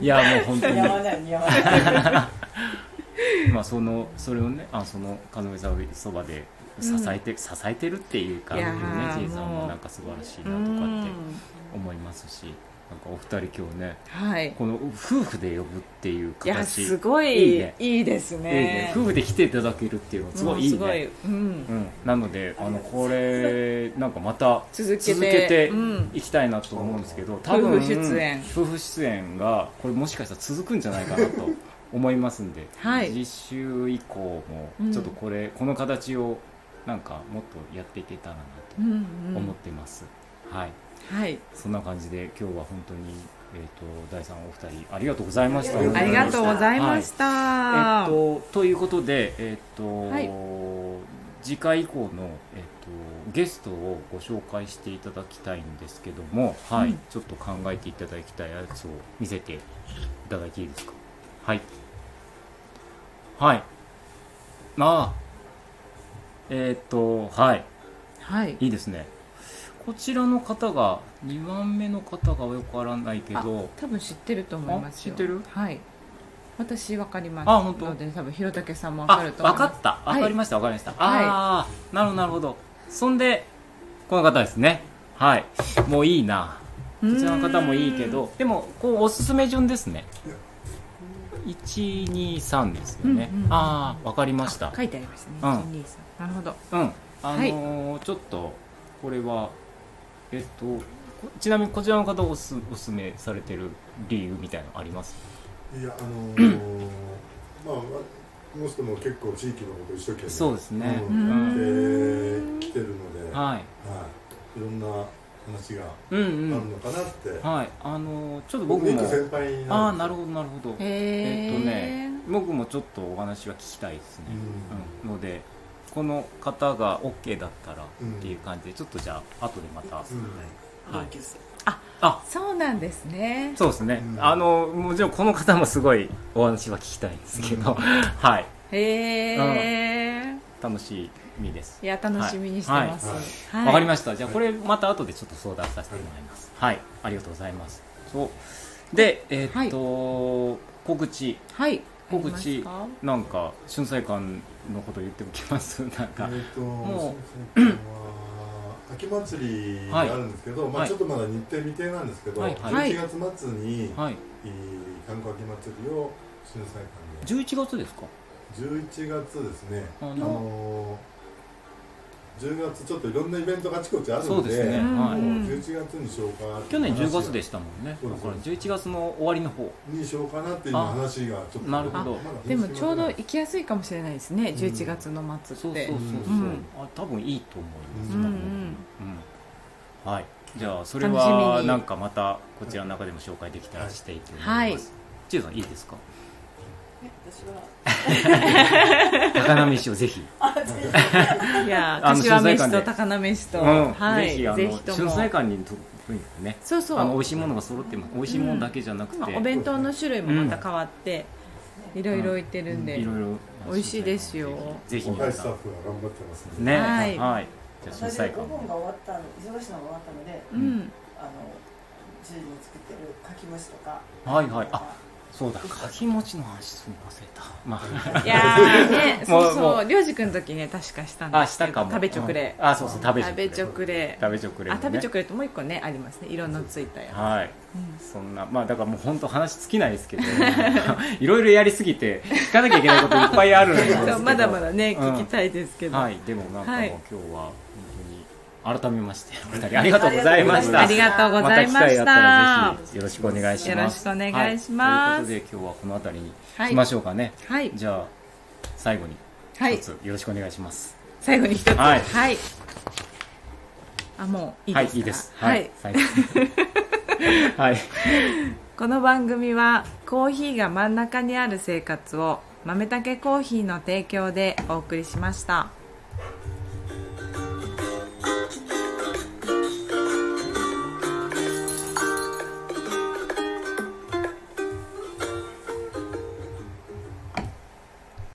Speaker 1: いやもう本当
Speaker 4: 似合わ
Speaker 1: に
Speaker 4: ない、似合わない。
Speaker 1: まあそのそれをねあその金目さんのそばで支えて、支えてるっていうか
Speaker 2: い
Speaker 1: ね
Speaker 2: やー
Speaker 1: じいさん
Speaker 2: も
Speaker 1: も
Speaker 2: う
Speaker 1: なんか素晴らしいうなとかって
Speaker 2: ん。
Speaker 1: 思いますしなんかお二人今日ね
Speaker 2: はい。
Speaker 1: この夫婦で呼ぶっていう
Speaker 2: いや、
Speaker 1: 形
Speaker 2: すご
Speaker 1: い
Speaker 2: い
Speaker 1: いね、
Speaker 2: いいです
Speaker 1: いいね
Speaker 2: ね。
Speaker 1: 夫婦で来ていただけるっていうのはすごいいい
Speaker 2: もう
Speaker 1: ね、
Speaker 2: うん
Speaker 1: う。ん、なのであのこれなんかまた
Speaker 2: 続けて
Speaker 1: 続けて
Speaker 2: うん
Speaker 1: いきたいなと思うんですけど、多分
Speaker 2: 夫婦出演
Speaker 1: 夫婦出演がこれもしかしたら続くんじゃないかなと思いますんで、
Speaker 2: はい
Speaker 1: 実習以降も
Speaker 2: うん
Speaker 1: ちょっとこれ、この形をなんかもっとやっていけたらなと
Speaker 2: うんう
Speaker 1: 思っ
Speaker 2: ん。
Speaker 1: てます、はい
Speaker 2: はい。
Speaker 1: そんな感じで今日は本当に、えー、と第3お二人ありがとうございました
Speaker 3: あ
Speaker 2: ありがとうございまし
Speaker 1: え
Speaker 2: た。
Speaker 1: っと、ということで、えっと
Speaker 2: はい
Speaker 1: 次回以降の、えっと、ゲストをご紹介していただきたいんですけども、はい
Speaker 2: うん
Speaker 1: ちょっと考えていただきたいやつを見せていただいていいですかはいはいあーえっとはい
Speaker 2: はい。
Speaker 1: いいですねこちらの方が2番目の方がよくわからないけど
Speaker 2: 多分知ってると思います
Speaker 1: あ知
Speaker 2: よ
Speaker 1: ってる
Speaker 2: はい私わかります
Speaker 1: あ本当
Speaker 2: ので多分弘武さんもわか
Speaker 1: あ
Speaker 2: る、と思
Speaker 1: わ
Speaker 2: い
Speaker 1: か
Speaker 2: ます
Speaker 1: った。
Speaker 2: い
Speaker 1: わかりました。わかりました。ああ、なるほど、なるほど。そんで、この方ですね。はい。もういいな。こちらの方もいいけど、でも、こう、おすすめ順ですね。1、2、3ですよね。
Speaker 2: うんうん
Speaker 1: ああ、わかりまし
Speaker 2: う
Speaker 1: た
Speaker 2: ーん。書いてありましたね、
Speaker 1: うん
Speaker 2: お兄さんなるほど
Speaker 1: うん。あのーちょっと、これは、えっと、こちなみにこちらの方おすおすすめされてる理由みたいなのあります
Speaker 3: いやあの ーまあわこの人も結構地域のこと一生懸命
Speaker 1: そうですね
Speaker 3: う
Speaker 2: うんん
Speaker 3: で来てるので、
Speaker 1: はい。
Speaker 3: はい、いろんな話があ
Speaker 1: うん
Speaker 3: る
Speaker 1: うん。
Speaker 3: のかなって、
Speaker 1: はい。あのーちょっと僕
Speaker 3: 一
Speaker 1: も
Speaker 3: 個、先輩に
Speaker 1: ああ、なる
Speaker 3: ほ
Speaker 1: ほど、なるほど。
Speaker 2: へ
Speaker 1: え
Speaker 2: え
Speaker 1: っとね、僕もちょっとお話は聞きたいですね、うんのでこの方が OK だったらっていう感じで、ちょっとじゃあ後でまた、
Speaker 3: うん
Speaker 1: はい、あ
Speaker 2: そうなんですね
Speaker 1: そうですね、
Speaker 3: うん
Speaker 1: あのもちろんこの方もすごいお話は聞きたいんですけど、
Speaker 3: うん
Speaker 1: はい
Speaker 2: へえ
Speaker 1: 楽しみです
Speaker 2: いや楽しみにしてます
Speaker 3: は
Speaker 1: わ、
Speaker 3: い
Speaker 2: はい
Speaker 1: かりましたじゃあこれまた後でちょっと相談させてもらいますはい、ありがとうございますそうでえーっと、告知
Speaker 2: はい
Speaker 1: 告知
Speaker 2: ありますか
Speaker 1: なんか春菜館のこと言っておきます なん
Speaker 3: え
Speaker 1: か
Speaker 3: っ、と
Speaker 1: も
Speaker 3: 先輩は秋祭りがあるんですけど、ま
Speaker 1: は
Speaker 3: あ、
Speaker 1: い
Speaker 3: ちょっとまだ日程未定なんですけど、
Speaker 1: はい
Speaker 2: はい
Speaker 3: 11月末に、
Speaker 1: はい
Speaker 3: えー観光秋祭りを春菜館で
Speaker 1: 11月ですか
Speaker 3: 11月ですね、
Speaker 1: あの
Speaker 3: あのー、10月ちょっといろんなイベントがあちこちある
Speaker 1: そ
Speaker 3: の
Speaker 1: う
Speaker 3: で
Speaker 1: ですね、
Speaker 2: うん
Speaker 1: は
Speaker 3: もう
Speaker 1: い、
Speaker 3: 11月に消化
Speaker 1: 去年10月でしたもんね
Speaker 3: そう
Speaker 1: だ
Speaker 3: です
Speaker 1: から11月の終わりの方
Speaker 3: にしようかなっていう今話がちょっと
Speaker 1: なるほど
Speaker 3: まだ
Speaker 2: でもちょうど行きやすいかもしれないですね11月の末って
Speaker 1: そうそうそうそう、
Speaker 2: うん
Speaker 1: あ多分いいと思います、
Speaker 2: うんう
Speaker 1: うん
Speaker 2: ん
Speaker 1: はいじゃあそれ
Speaker 2: 楽しみ
Speaker 1: は
Speaker 2: に
Speaker 1: なんかまたこちらの中でも紹介できたらしていいと思います、
Speaker 2: はい
Speaker 1: 千恵さんいいです か
Speaker 4: え私は
Speaker 1: 高菜飯をぜひ、
Speaker 2: いや
Speaker 1: あの
Speaker 2: 柏
Speaker 1: 存在感
Speaker 2: 飯
Speaker 1: で
Speaker 2: と高菜飯と、
Speaker 1: うん
Speaker 2: はい
Speaker 1: ぜひあの
Speaker 2: ぜひと
Speaker 1: 春
Speaker 2: も
Speaker 1: 菜館にととにかくね
Speaker 2: そうそう
Speaker 1: あの美味しいものが揃ってます美味しいものだけじゃなくて、
Speaker 2: まあお弁当の種類もまた変わって、いろいろ置いてるんで、
Speaker 1: いろいろ
Speaker 2: 美味しいですよ
Speaker 1: ぜひ
Speaker 3: 若
Speaker 1: 皆
Speaker 3: いスタ
Speaker 1: さ
Speaker 3: ッフが頑張ってます
Speaker 1: ん
Speaker 3: ね
Speaker 1: ね
Speaker 2: はい
Speaker 1: はい、じゃあ
Speaker 4: 私
Speaker 1: 春菜館
Speaker 4: お盆が終わったの忙しいのが終わったので
Speaker 2: うん、
Speaker 4: あの自由に作ってるかきむしとか
Speaker 1: はいはいあそうだかきもちの話すみませんだま あ
Speaker 2: いやー ね
Speaker 1: もう
Speaker 2: そう
Speaker 1: も
Speaker 2: そううりょうじくんの時ね確かしたん
Speaker 1: あ
Speaker 2: で
Speaker 1: し
Speaker 2: すけ
Speaker 1: た
Speaker 2: ど
Speaker 1: かも
Speaker 2: 食べちょくれ、
Speaker 1: うんあそうそう食べちょ
Speaker 2: 食
Speaker 1: くれ
Speaker 2: べちょくれ
Speaker 1: 食べちょくれ
Speaker 2: あ
Speaker 1: もね
Speaker 2: 食べちょくれともう一個ねありますね色のついたや
Speaker 1: はい
Speaker 2: うん
Speaker 1: そんなまあだからもう本当話尽きないですけど いろいろやりすぎて聞かなきゃいけないこといっぱいあるんですけ
Speaker 2: つ、
Speaker 1: ど
Speaker 2: そうまだまだね、
Speaker 1: うん
Speaker 2: 聞きたいですけど、
Speaker 1: はいでもなんかもう
Speaker 2: はい
Speaker 1: 今日は本当に改めましてお二人ありがとうございました
Speaker 2: ありがとうございま
Speaker 1: た機会
Speaker 2: し
Speaker 1: が
Speaker 2: た、
Speaker 1: あったらぜひよろしくお願いします
Speaker 2: よろしくお願いします
Speaker 1: はいということで今日はこの辺りに
Speaker 2: はい
Speaker 1: しましょうかね、
Speaker 2: はい
Speaker 1: じゃあ最後に
Speaker 2: はい
Speaker 1: 一つよろしくお願いします
Speaker 2: 最後に一つ
Speaker 1: はい
Speaker 2: あもういい
Speaker 1: はい
Speaker 2: ですか
Speaker 1: いいですはい最後 はい
Speaker 2: この番組はコーヒーが真ん中にある生活を豆たけコーヒーの提供でお送りしました。